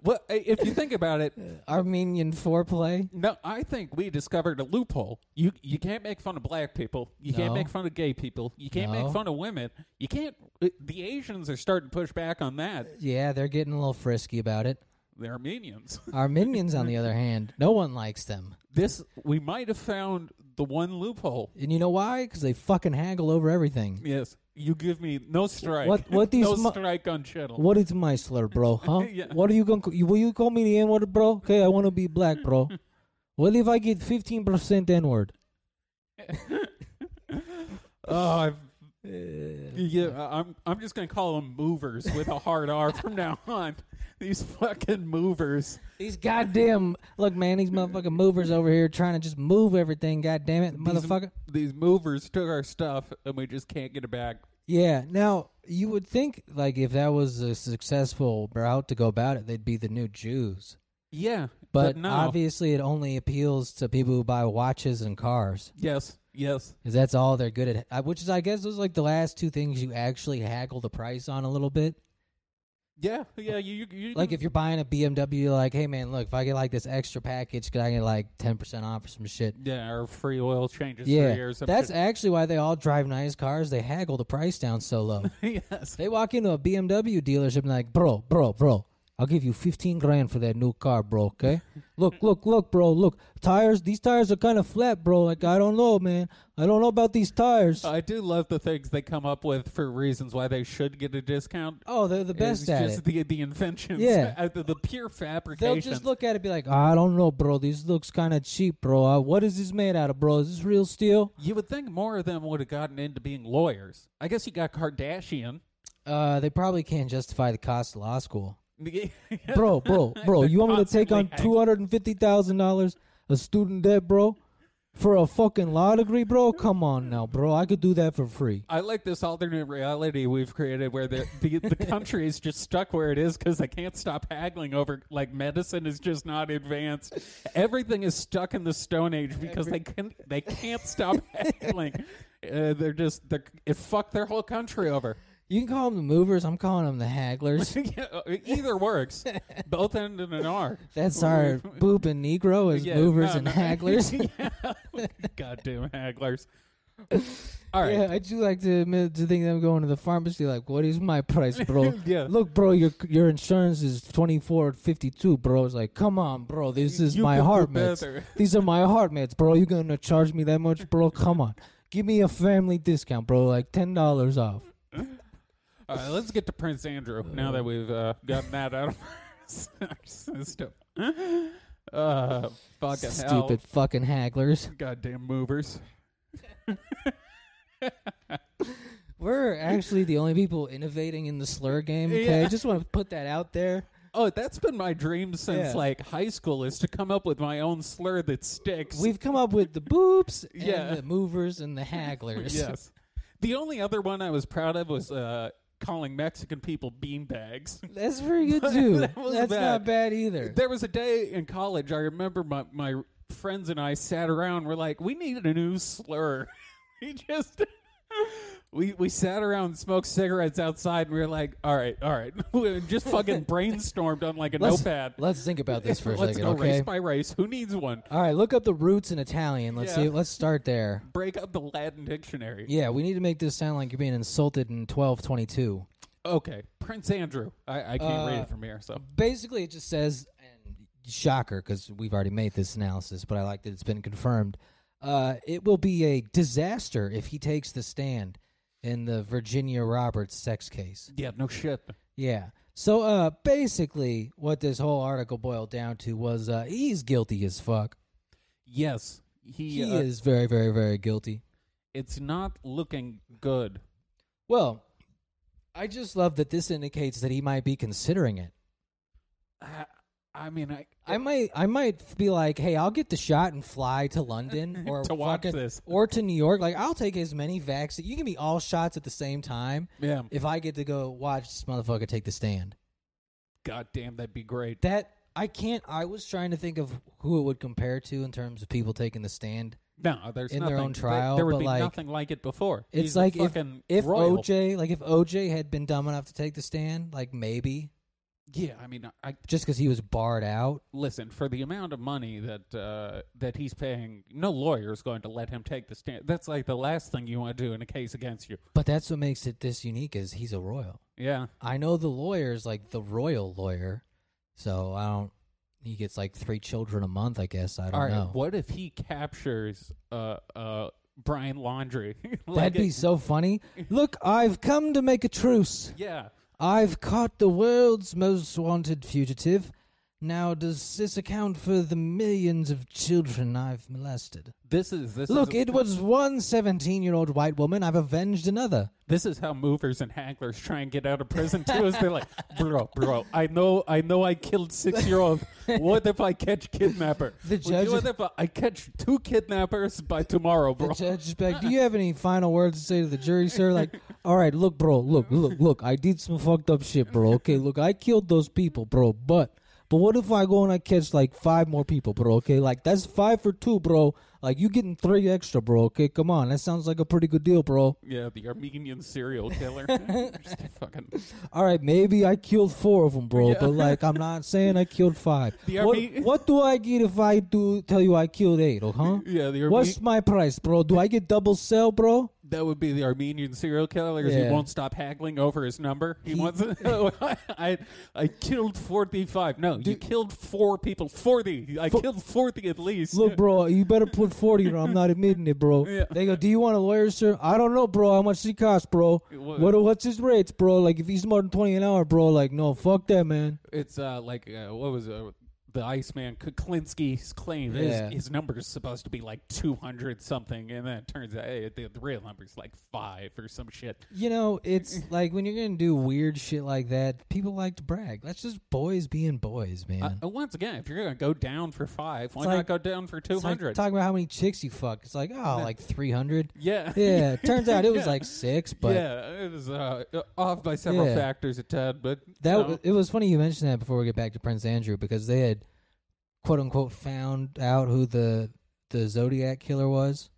B: well, i- if you think about it,
A: Armenian foreplay?
B: no, I think we discovered a loophole. You you can't make fun of black people. You can't
A: No.
B: make fun of gay people. You can't
A: No.
B: make fun of women. You can't. uh, The Asians are starting to push back on that.
A: Yeah, they're getting a little frisky about it.
B: The Armenians.
A: Armenians, on the other hand, no one likes them.
B: This we might have found the one loophole.
A: And you know why? Because they fucking haggle over everything.
B: Yes, you give me no strike.
A: What- what these
B: no
A: mu-
B: strike on channel?
A: What is my slur, bro? Huh?
B: Yeah.
A: What are you gonna? You, will you call me the N word, bro? Okay, I want to be black, bro. What if I get fifteen percent N word?
B: Oh, I've,
A: Eh.
B: yeah, I'm I'm just gonna call them movers with a hard R from now on. These fucking movers.
A: These goddamn look, man. These motherfucking movers over here trying to just move everything. God damn it, motherfucker.
B: These movers took our stuff and we just can't get it back.
A: Yeah. Now you would think like if that was a successful route to go about it, they'd be the new Jews.
B: Yeah,
A: But,
B: no.
A: obviously, it only appeals to people who buy watches and cars.
B: yes, yes,
A: Because that's all they're good at. I- Which is, I guess, those are like the last two things you actually haggle the price on a little bit.
B: Yeah, yeah. You, you, you
A: Like if you're buying a BMW, you're like, hey man, look, if I get like this extra package, could I get like ten percent off or some shit?
B: yeah, or free oil changes yeah,
A: Yeah,
B: three years.
A: that's actually why they all drive nice cars. They haggle the price down so low.
B: yes.
A: They walk into a BMW dealership and like, bro, bro, bro, I'll give you fifteen grand for that new car, bro. Okay, look, look, look, bro, look, tires. These tires are kind of flat, bro. Like I don't know, man. I don't know about these tires.
B: I do love the things they come up with for reasons why they should get a discount.
A: oh, they're the best
B: it's
A: at
B: just
A: it.
B: the the inventions,
A: Yeah.
B: uh, the, the pure
A: They'll
B: fabrication.
A: just look at it and be like, I don't know, bro. This looks kind of cheap, bro. Uh, what is this made out of, bro? Is this real steel?
B: You would think more of them would have gotten into being lawyers. I guess you got Kardashian.
A: Uh, they probably can't justify the cost of law school. bro,
B: Bro,
A: bro, bro. You want me to take on
B: Constantly
A: two hundred and fifty thousand dollars of student debt, bro, for a fucking law degree, bro? Come on now, bro. I could do that for free.
B: I like this alternate reality we've created where the the, the country is just stuck where it is because they can't stop haggling over like medicine is just not advanced. Everything is stuck in the Stone Age because they can they can't stop haggling. Uh, they're just they're, it fucked their whole country over.
A: You can call them the movers. I'm calling them the hagglers.
B: Yeah, uh, Either works, both end in an R.
A: That's our boop and Negro as
B: Yeah,
A: movers
B: no,
A: and
B: no.
A: hagglers.
B: Yeah. Goddamn hagglers. All right.
A: Yeah, I do like to admit to think that I'm going to the pharmacy. Like, what is my price, bro?
B: Yeah.
A: Look, bro, your your insurance is twenty four fifty two, bro. It's like, come on, bro. This is
B: You
A: my
B: could do
A: heart meds.
B: better.
A: These are my heart meds, bro. You gonna charge me that much, bro? Come on, give me a family discount, bro. Like ten dollars off.
B: All right, let's get to Prince Andrew now that we've uh, gotten that out of our system. Uh, fucking hell.
A: Stupid fucking hagglers.
B: Goddamn movers.
A: We're actually the only people innovating in the slur game. Okay, I
B: Yeah.
A: just want to put that out there.
B: Oh, that's been my dream since
A: Yeah.
B: like high school is to come up with my own slur that sticks.
A: We've come up with the boops and
B: Yeah.
A: the movers and the hagglers.
B: yes. The only other one I was proud of was uh, calling Mexican people beanbags.
A: That's pretty good too.
B: That was
A: That's
B: bad.
A: not bad either.
B: There was a day in college I remember my my friends and I sat around. We're like, we need a new slur. we just we we sat around, and smoked cigarettes outside, and we were like, all right, all right, we just fucking brainstormed on like a
A: let's,
B: notepad.
A: Let's think about this for a
B: Let's
A: second,
B: go
A: okay?
B: race by race. Who needs one?
A: All right, look up the roots in Italian. Let's
B: Yeah.
A: see. Let's start there.
B: Break up the Latin dictionary.
A: Yeah, we need to make this sound like you're being insulted in 1222.
B: Okay, Prince Andrew. I, I can't
A: Uh,
B: read it from here, so
A: Basically, it just says, and shocker, because we've already made this analysis, but I like that it's been confirmed. Uh, it will be a disaster if he takes the stand in the Virginia Roberts sex case.
B: yeah, no shit.
A: Yeah. So uh, basically, what this whole article boiled down to was uh, he's guilty as fuck.
B: Yes, he,
A: He
B: uh,
A: is very, very, very guilty.
B: It's not looking good.
A: Well, I just love that this indicates that he might be considering it.
B: I, I mean, I
A: I might, I might be like, hey, I'll get the shot and fly to London or
B: To watch
A: fucking-
B: this.
A: or to New York. Like, I'll take as many vaccines. You can be all shots at the same time
B: yeah.
A: if I get to go watch this motherfucker take the stand.
B: God damn, that'd be great.
A: That I can't. I was trying to think of who it would compare to in terms of people taking the stand.
B: No, there's
A: in
B: nothing.
A: their own
B: There-
A: trial,
B: there, would
A: but,
B: be
A: like,
B: nothing like it before.
A: It's
B: He's a
A: like if
B: fucking
A: if
B: royal.
A: OJ, like if OJ had been dumb enough to take the stand, like maybe
B: yeah, I mean, I
A: just because he was barred out.
B: listen for the amount of money that uh, that he's paying. No lawyer is going to let him take the stand. That's like the last thing you want to do in a case against you.
A: But that's what makes it this unique is he's a royal.
B: Yeah,
A: I know the lawyer is like the royal lawyer, so I don't. He gets like three children a month, I guess. I don't
B: all right.
A: know.
B: What if he captures uh, uh, Brian Laundry?
A: That'd be so funny. Look, I've come to make a truce.
B: yeah.
A: I've caught the world's most wanted fugitive. Now, does this account for the millions of children I've molested?
B: This is this.
A: Look,
B: is,
A: it was one 17 year old white woman. I've avenged another.
B: This is how movers and hagglers try and get out of prison too. Is they're like, bro, bro, I know, I know, I killed six year old. What if I catch kidnapper?
A: The judge-
B: What if I- I catch two kidnappers by tomorrow,
A: The
B: bro?
A: judge is like, Do you have any final words to say to the jury, sir? Like, all right, look, bro, look, look, look, I did some fucked up shit, bro. Okay, look, I killed those people, bro, but But what if I go and I catch like five more people, bro? Okay, like that's five for two, bro. Like you getting three extra, bro? Okay, come on, that sounds like a pretty good deal, bro.
B: Yeah, the Armenian serial killer. Just fucking
A: All right, maybe I killed four of them, bro.
B: Yeah.
A: But like, I'm not saying I killed five.
B: The
A: what,
B: Arme-
A: what do I get if I do tell you I killed eight? Oh, huh?
B: Yeah, the Arme-
A: What's my price, bro? Do I get double sell, bro?
B: that would be the Armenian serial killer.
A: Yeah.
B: He won't stop haggling over his number. He, wants. I I killed forty five. No, you killed four people. Forty. I killed forty at least.
A: Look, bro, you better put 40 or I'm not admitting it, bro.
B: Yeah.
A: They go, Do you want a lawyer, sir? I don't know, bro. How much he costs, bro?
B: What-
A: What, what's his rates, bro? Like, if he's more than 20 an hour, bro, like, no, fuck that, man.
B: It's uh, like uh, what was uh, the Iceman Kuklinski's claim?
A: Yeah.
B: His, his number is supposed to be like two hundred something, and then it turns out hey, the, the real number's like five or some shit.
A: You know, it's like when you're going to do weird shit like that, people like to brag. That's just boys being boys, man.
B: Uh, uh, once again, if you're gonna go down for five, why
A: It's
B: not
A: like-
B: go down for two
A: It's like
B: hundred?
A: talking about how many chicks you fuck. It's like, oh, like 300.
B: yeah,
A: Yeah, it turns out it was
B: Yeah.
A: like six, but
B: yeah, it was uh, off by several
A: Yeah.
B: factors a tad, but
A: that
B: you know,
A: w- it was funny you mentioned that before we get back to Prince Andrew because they had quote unquote found out who the the Zodiac killer was.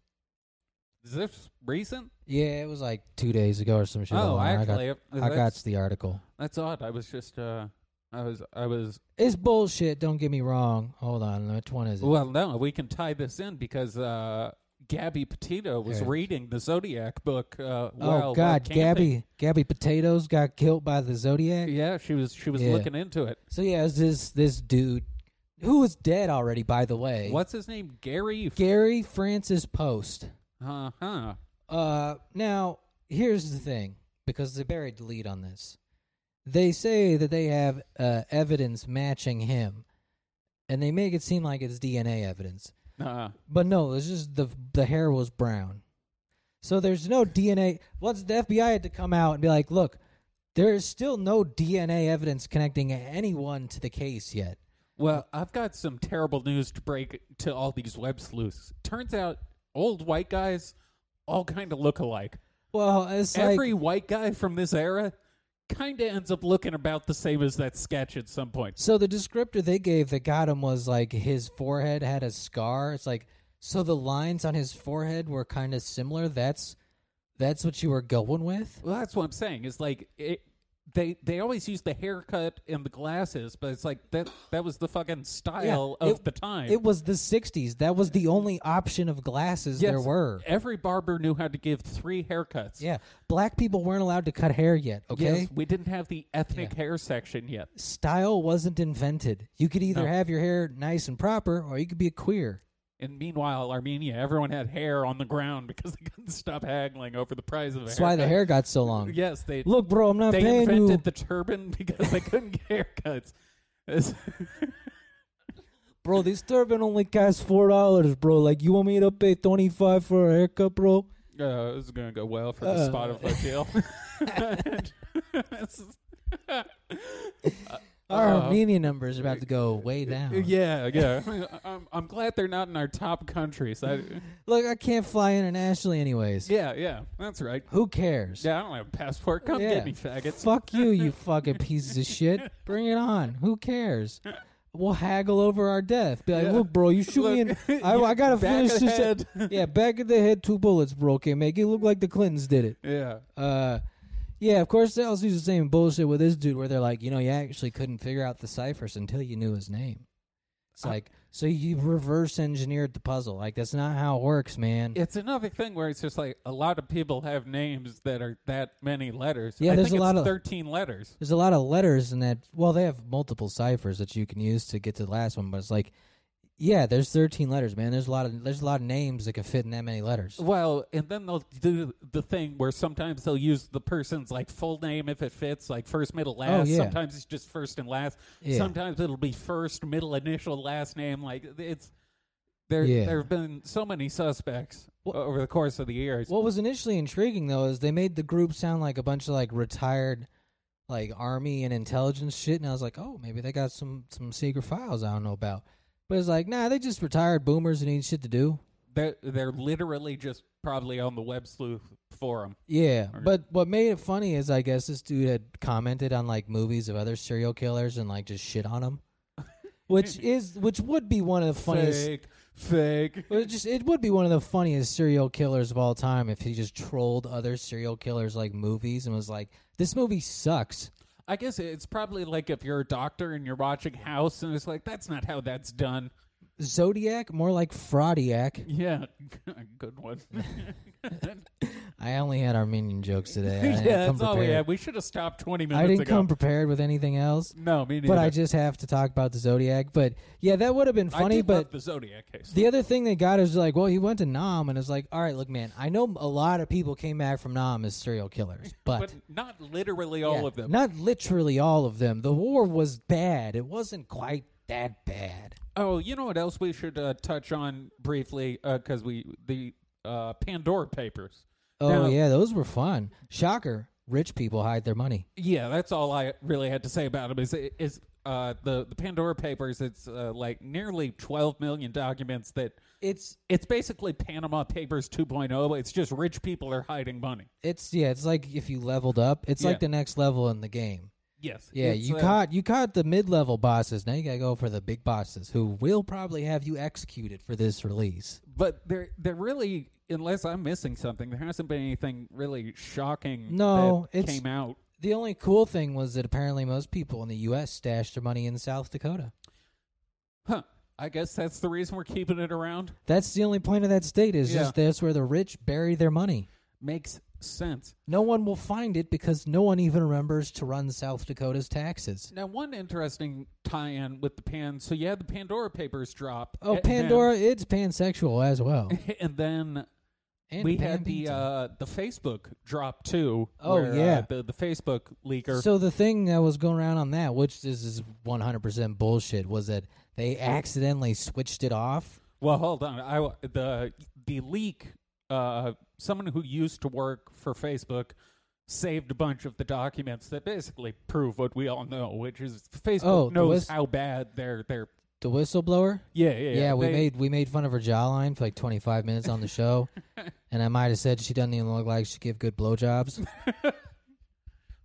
B: is this recent?
A: Yeah, it was like two days ago or some shit.
B: oh,
A: online.
B: actually,
A: I
B: uh,
A: got I got
B: that's,
A: the article.
B: that's odd. I was just, uh, I was, I was
A: It's bullshit. Don't get me wrong. Hold on, which one is it?
B: Well, no, we can tie this in because uh, Gabby Petito was
A: Okay.
B: reading the Zodiac book. Uh, while,
A: oh
B: while
A: God,
B: camping.
A: Gabby Gabby Potatoes got killed by the Zodiac.
B: Yeah, she was she was
A: Yeah.
B: looking into it.
A: So yeah, it was this this dude who was dead already, by the way.
B: What's his name? Gary.
A: Gary Francis Post.
B: Uh huh.
A: Uh, now here's the thing, because they buried the lead on this. They say that they have uh, evidence matching him, and they make it seem like it's DNA evidence,
B: Uh,
A: but no, it's just the the hair was brown. So there's no DNA. Once the FBI had to come out and be like, look, there is still no DNA evidence connecting anyone to the case yet.
B: well, I've got some terrible news to break to all these web sleuths. Turns out, old white guys all kind of look alike.
A: Well, it's
B: Every
A: like
B: white guy from this era kind of ends up looking about the same as that sketch at some point.
A: So the descriptor they gave that got him was like his forehead had a scar. It's like so the lines on his forehead were kind of similar. That's that's what you were going with.
B: Well, that's what I'm saying. It's like it, they they always use the haircut and the glasses, but it's like that that was the fucking style
A: Yeah,
B: of
A: it-
B: the time.
A: It was the '60s. That was the only option of glasses
B: Yes,
A: there were.
B: every barber knew how to give three haircuts.
A: Yeah, black people weren't allowed to cut hair yet. Okay,
B: Yes, we didn't have the ethnic hair section yet.
A: style wasn't invented. You could either
B: No.
A: have your hair nice and proper, or you could be a queer.
B: And meanwhile, Armenia, everyone had hair on the ground because they couldn't stop haggling over the price of a
A: That's why the hair got so long.
B: Yes, they
A: Look, bro, I'm not
B: they
A: paying
B: invented
A: you,
B: the turban because they couldn't get haircuts. It's-
A: bro. This turban only costs four dollars, bro. Like, you want me to pay twenty five for a haircut, bro?
B: Uh, this is gonna go well for the
A: Uh.
B: Spotify deal.
A: Our
B: Uh,
A: Armenian number is about to go way down.
B: yeah, yeah. I'm, I'm glad they're not in our top countries. I,
A: Look, I can't fly internationally, anyways.
B: yeah, yeah, that's right.
A: Who cares?
B: Yeah, I don't have a passport. Come
A: Yeah.
B: get me, faggots.
A: Fuck you, you fucking pieces of shit. Bring it on. Who cares? We'll haggle over our death. Be like,
B: Yeah.
A: look, bro, you shoot me in.
B: Look,
A: I,
B: you-
A: I gotta
B: back
A: finish
B: of
A: this.
B: head.
A: yeah, back of the head, two bullets, bro. Okay, make it look like the Clintons did it.
B: Yeah,
A: Uh, yeah, of course they also use the same bullshit with this dude, where they're like, you know, you actually couldn't figure out the ciphers until you knew his name. It's
B: I-
A: like, so you reverse engineered the puzzle. Like that's not how it works, man.
B: it's another thing where it's just like a lot of people have names that are that many letters.
A: Yeah,
B: I
A: there's
B: think
A: a
B: it's
A: lot of-
B: thirteen letters.
A: There's a lot of letters in that. Well, they have multiple ciphers that you can use to get to the last one, but it's like, yeah, there's 13 letters, man. There's a lot of there's a lot of names that can fit in that many letters.
B: Well, and then they'll do the thing where sometimes they'll use the person's like full name if it fits, like first, middle, last.
A: Oh, yeah.
B: Sometimes it's just first and last.
A: Yeah.
B: Sometimes it'll be first, middle, initial, last name. Like it's there.
A: Yeah.
B: There have been so many suspects over the course of the years.
A: What was initially intriguing though is they made the group sound like a bunch of like retired, like army and intelligence shit, and I was like, oh, maybe they got some some secret files I don't know about. But it's like, nah, they just retired boomers and need shit to do.
B: they're they're literally just probably on the web sleuth forum.
A: Yeah, but what made it funny is I guess this dude had commented on like movies of other serial killers and like just shit on them. which is which would be one of the funniest.
B: Fake, fake.
A: Well, it just it would be one of the funniest serial killers of all time if he just trolled other serial killers like movies and was like, "This movie sucks."
B: I guess it's probably like if you're a doctor and you're watching House and it's like, that's not how that's done.
A: Zodiac, more like Frodiac.
B: Yeah, good one.
A: I only had Armenian jokes today. I
B: yeah,
A: didn't come
B: that's all we
A: prepared.
B: had. We should have stopped 20 minutes
A: I didn't
B: ago.
A: come prepared with anything else,
B: no, me neither.
A: but I just have to talk about the Zodiac. But yeah, that would have been
B: I
A: funny.
B: did love
A: But
B: the Zodiac case.
A: the other thing they got is like, well, he went to Nam, and it's like, all right, look, man, I know a lot of people came back from Nam as serial killers,
B: but not literally all
A: Yeah,
B: of them.
A: Not literally all of them. The war was bad. It wasn't quite that bad.
B: Oh, you know what else we should uh, touch on briefly because we the uh, Pandora Papers.
A: Oh
B: Now-
A: yeah, those were fun. Shocker. Rich people hide their money.
B: Yeah, that's all I really had to say about them. Is is uh, the the Pandora Papers? It's uh, like nearly twelve million documents that
A: It's
B: it's basically Panama Papers 2.0. It's just rich people are hiding money.
A: it's yeah, it's like if you leveled up. It's like
B: Yeah.
A: the next level in the game.
B: Yes.
A: Yeah,
B: It's,
A: you
B: uh,
A: caught you caught the mid level bosses. Now you gotta go for the big bosses who will probably have you executed for this release.
B: but there there really unless I'm missing something, there hasn't been anything really shocking.
A: No,
B: that
A: it's-
B: came out.
A: The only cool thing was that apparently most people in the US stashed their money in South Dakota.
B: Huh. I guess that's the reason we're keeping it around.
A: That's the only point of that state is
B: Yeah.
A: just that's where the rich bury their money.
B: Makes sense.
A: No one will find it because no one even remembers to run South Dakota's taxes.
B: Now, one interesting tie-in with the pan. So you had the Pandora Papers drop.
A: Oh,
B: and
A: Pandora, it's pansexual as well.
B: then- and then
A: And
B: we
A: pan
B: had the
A: pizza.
B: uh, the Facebook drop too.
A: Oh,
B: where, uh,
A: yeah.
B: the the Facebook leaker.
A: so the thing that was going around on that, which this is 100% bullshit, was that they accidentally switched it off.
B: well, hold on. I w- the the leak. Uh, someone who used to work for Facebook saved a bunch of the documents that basically prove what we all know, which is Facebook
A: Oh, the
B: knows
A: West-
B: how bad their their
A: The whistleblower.
B: yeah yeah
A: Yeah, we
B: they-
A: made we made fun of her jawline for like 25 minutes on the show, and I might have said she doesn't even look like she give good blowjobs.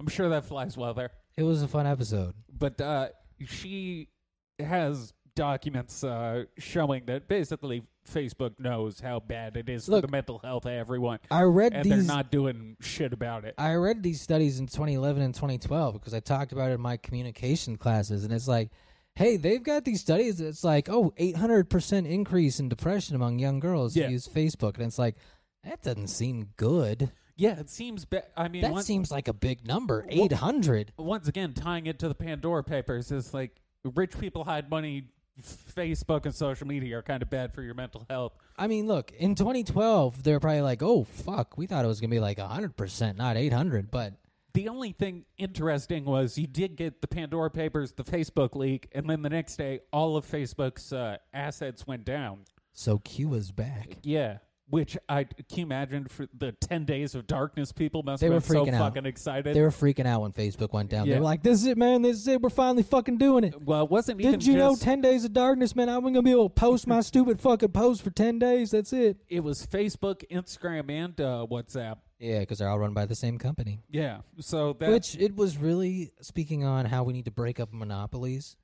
B: I'm sure that flies well there.
A: It was a fun episode.
B: but uh, she has documents uh, showing that basically Facebook knows how bad it is
A: Look,
B: for the mental health of everyone,
A: I read
B: and
A: these.
B: they're not doing shit about it.
A: I read these studies in 2011 and 2012 because I talked about it in my communication classes, and it's like, hey, they've got these studies. It's like, oh, 800 percent increase in depression among young girls
B: Yeah.
A: who use Facebook, and it's like, that doesn't seem good.
B: yeah, it seems. Ba- I mean,
A: That
B: once,
A: seems like a big number, 800.
B: once again, tying it to the Pandora Papers is like rich people hide money. Facebook and social media are kind of bad for your mental health.
A: I mean, look, in 2012, they're probably like, oh fuck, we thought it was gonna be like 100 percent, not 800, but
B: The only thing interesting was you did get the Pandora Papers, the Facebook leak, and then the next day, all of Facebook's uh, assets went down.
A: so Q is back.
B: Yeah. Which I can you imagine for the ten days of darkness people must
A: They
B: have
A: were
B: been so
A: freaking out.
B: fucking excited.
A: They were freaking out when Facebook went down.
B: Yeah.
A: They were like, this is it, man. This is it. We're finally fucking doing it.
B: well, it wasn't even
A: Didn't you know
B: just-
A: 10 days of darkness, man? I wasn't going to be able to post my stupid fucking post for 10 days. That's it.
B: it was Facebook, Instagram, and uh, WhatsApp.
A: Yeah, because they're all run by the same company.
B: Yeah. So that
A: Which it was really speaking on how we need to break up monopolies.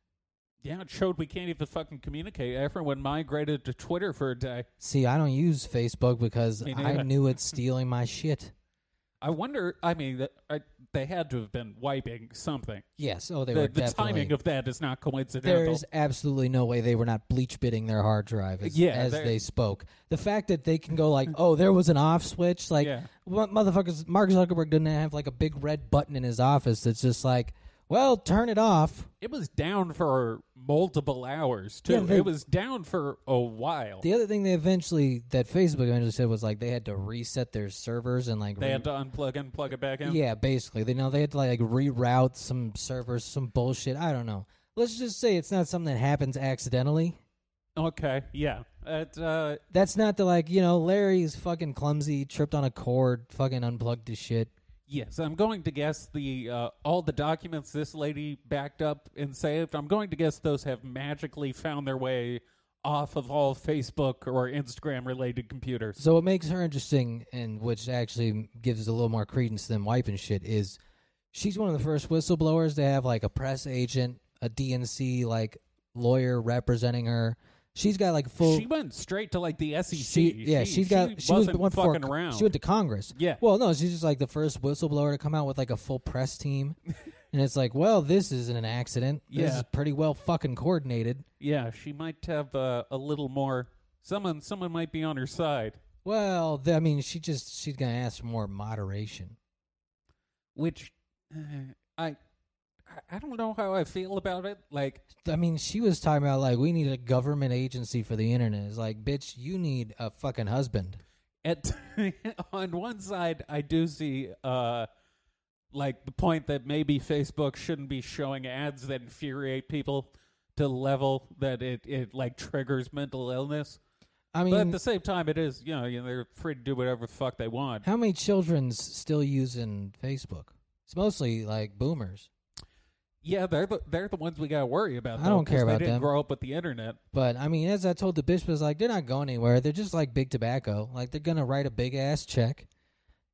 B: yeah, it showed we can't even fucking communicate. Everyone migrated to Twitter for a day.
A: See, I don't use Facebook because
B: Me
A: I
B: neither.
A: knew it's stealing my shit.
B: I wonder. I mean, that, I, they had to have been wiping something.
A: Yes, oh, they
B: The,
A: were
B: the
A: definitely.
B: timing of that is not coincidental.
A: there's absolutely no way they were not bleach bitting their hard drive as,
B: Yeah,
A: as
B: they're-
A: they spoke. The fact that they can go like, oh, there was an off switch, like,
B: Yeah.
A: what motherfuckers, Mark Zuckerberg didn't have like a big red button in his office that's just like, well, turn it off.
B: it was down for multiple hours too.
A: Yeah, they-
B: it was down for a while.
A: The other thing they eventually that Facebook eventually said was like they had to reset their servers and like
B: they
A: re-
B: had to unplug and plug it back in.
A: yeah, basically they know they had to like reroute some servers, some bullshit. I don't know. Let's just say it's not something that happens accidentally.
B: Okay, yeah. It, uh,
A: That's not the like you know Larry's fucking clumsy, tripped on a cord, fucking unplugged his shit.
B: yes, I'm going to guess the uh, all the documents this lady backed up and saved. I'm going to guess those have magically found their way off of all Facebook or Instagram related computers.
A: So what makes her interesting, and which actually gives a little more credence than wiping shit, is she's one of the first whistleblowers to have like a press agent, a DNC like lawyer representing her. She's got like full.
B: she went straight to like the SEC.
A: she- yeah,
B: she,
A: has got. She, was
B: wasn't
A: one
B: fucking
A: before,
B: around.
A: She went to Congress.
B: Yeah.
A: Well, no, she's just like the first whistleblower to come out with like a full press team, and it's like, well, this isn't an accident. This
B: Yeah.
A: is pretty well fucking coordinated.
B: yeah, she might have uh, a little more. Someone, someone might be on her side.
A: Well, th- I mean, she just she's gonna ask for more moderation.
B: Which uh, I, I- I don't know how I feel about it. Like,
A: I mean, she was talking about like we need a government agency for the internet. It's like, bitch, you need a fucking husband.
B: at on one side i do see uh like the point that maybe facebook shouldn't be showing ads that infuriate people to the level that it it like triggers mental illness
A: I mean,
B: but at the same time it is you know, you know they're free to do whatever the fuck they want
A: how many children's still using Facebook? It's mostly like boomers.
B: yeah they're the, they're the ones we gotta worry about
A: I
B: though,
A: don't
B: 'cause
A: care
B: they
A: about
B: didn't
A: them.
B: grow up with the internet
A: But I mean, as I told the bishop, it's like they're not going anywhere. They're just like big tobacco. Like they're gonna write a big ass check,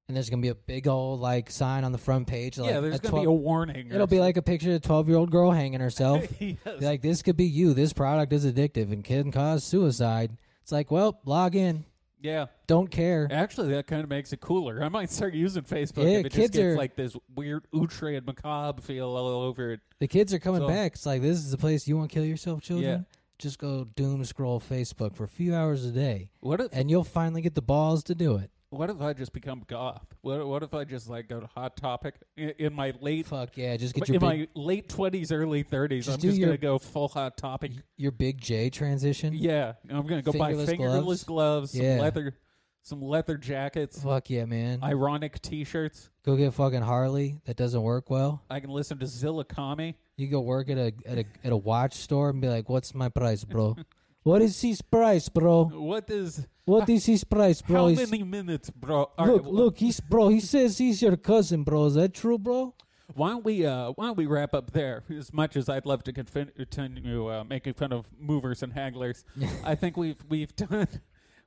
A: and there's gonna be a big old like sign on the front page. Like,
B: yeah there's
A: a
B: gonna
A: 12
B: be a warning or
A: It'll be like a picture of a twelve year old girl hanging herself.
B: Yes.
A: Be like this could be you. This product is addictive and can cause suicide. It's like, well, log in.
B: yeah
A: Don't care.
B: Actually, that kind of makes it cooler. I might start using Facebook
A: Yeah,
B: if it just
A: kids
B: gets
A: are-
B: like this weird outre and macabre feel all over it.
A: The kids are coming
B: So-
A: back. It's like this is the place you want to kill yourself, children. Just go doom scroll Facebook for a few hours a day,
B: What if
A: and you'll finally get the balls to do it.
B: what if I just become goth? What what if I just like go to Hot Topic in, in my late
A: Fuck yeah! Just get your
B: in
A: big,
B: my late twenties, early thirties?
A: Just
B: I'm
A: do
B: just gonna
A: your-
B: go full Hot Topic.
A: your big J transition.
B: Yeah, I'm gonna go buy
A: Fingerless
B: fingerless gloves, some
A: Yeah.
B: leather, some leather jackets,
A: Fuck yeah, man!
B: ironic T-shirts.
A: go get a fucking Harley that doesn't work well.
B: I can listen to Zilla Kami.
A: You go work at a at a at a watch store and be like, "What's my price, bro? what is his price, bro?
B: What is
A: What is his price, bro?
B: how
A: He's-
B: many minutes, bro? All
A: look,
B: right,
A: look, he's bro. He says he's your cousin, bro. Is that true, bro?
B: Why don't we uh, Why don't we wrap up there? As much as I'd love to confin- continue uh, making fun of movers and hagglers, I think we've we've done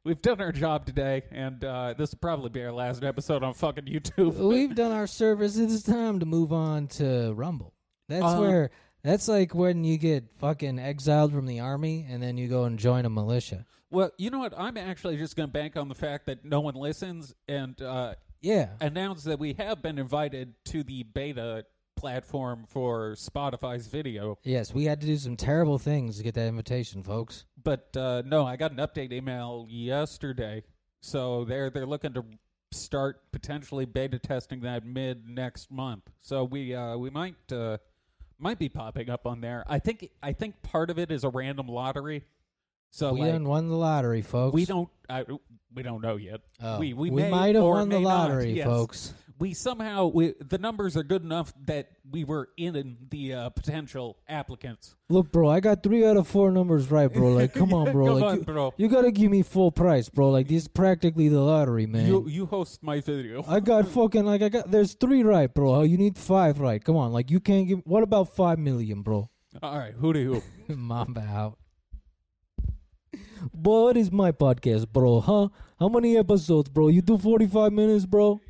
B: we've done our job today, and uh, this will probably be our last episode on fucking YouTube.
A: We've done our service. It's time to move on to Rumble. That's
B: Uh,
A: where. That's like when you get fucking exiled from the army and then you go and join a militia.
B: well, you know what? I'm actually just going to bank on the fact that no one listens and uh,
A: Yeah.
B: announce that we have been invited to the beta platform for Spotify's video.
A: Yes, we had to do some terrible things to get that invitation, folks.
B: But uh, no, I got an update email yesterday, so they're they're looking to start potentially beta testing that mid next month. So we uh, we might uh, might be popping up on there. I think I think part of it is a random lottery. So
A: we
B: like,
A: done won the lottery, folks.
B: we don't I, we don't know yet.
A: Oh,
B: we we, may
A: might have
B: or
A: won the
B: may not.
A: lottery,
B: Yes.
A: folks.
B: We somehow we, the numbers are good enough that we were in the uh, potential applicants.
A: Look, bro, I got three out of four numbers right, bro. Like, come on, bro.
B: Come
A: like,
B: on,
A: you,
B: bro.
A: you gotta give me full price, bro. Like, this is practically the lottery, man.
B: You you host my video.
A: I got fucking like I got. There's three right, bro. Oh, You need five right. Come on, like you can't give. What about five million, bro?
B: All right, hooty hoo.
A: Mamba out. Boy, what is my podcast, bro? Huh? How many episodes, bro? You do 45 minutes, bro?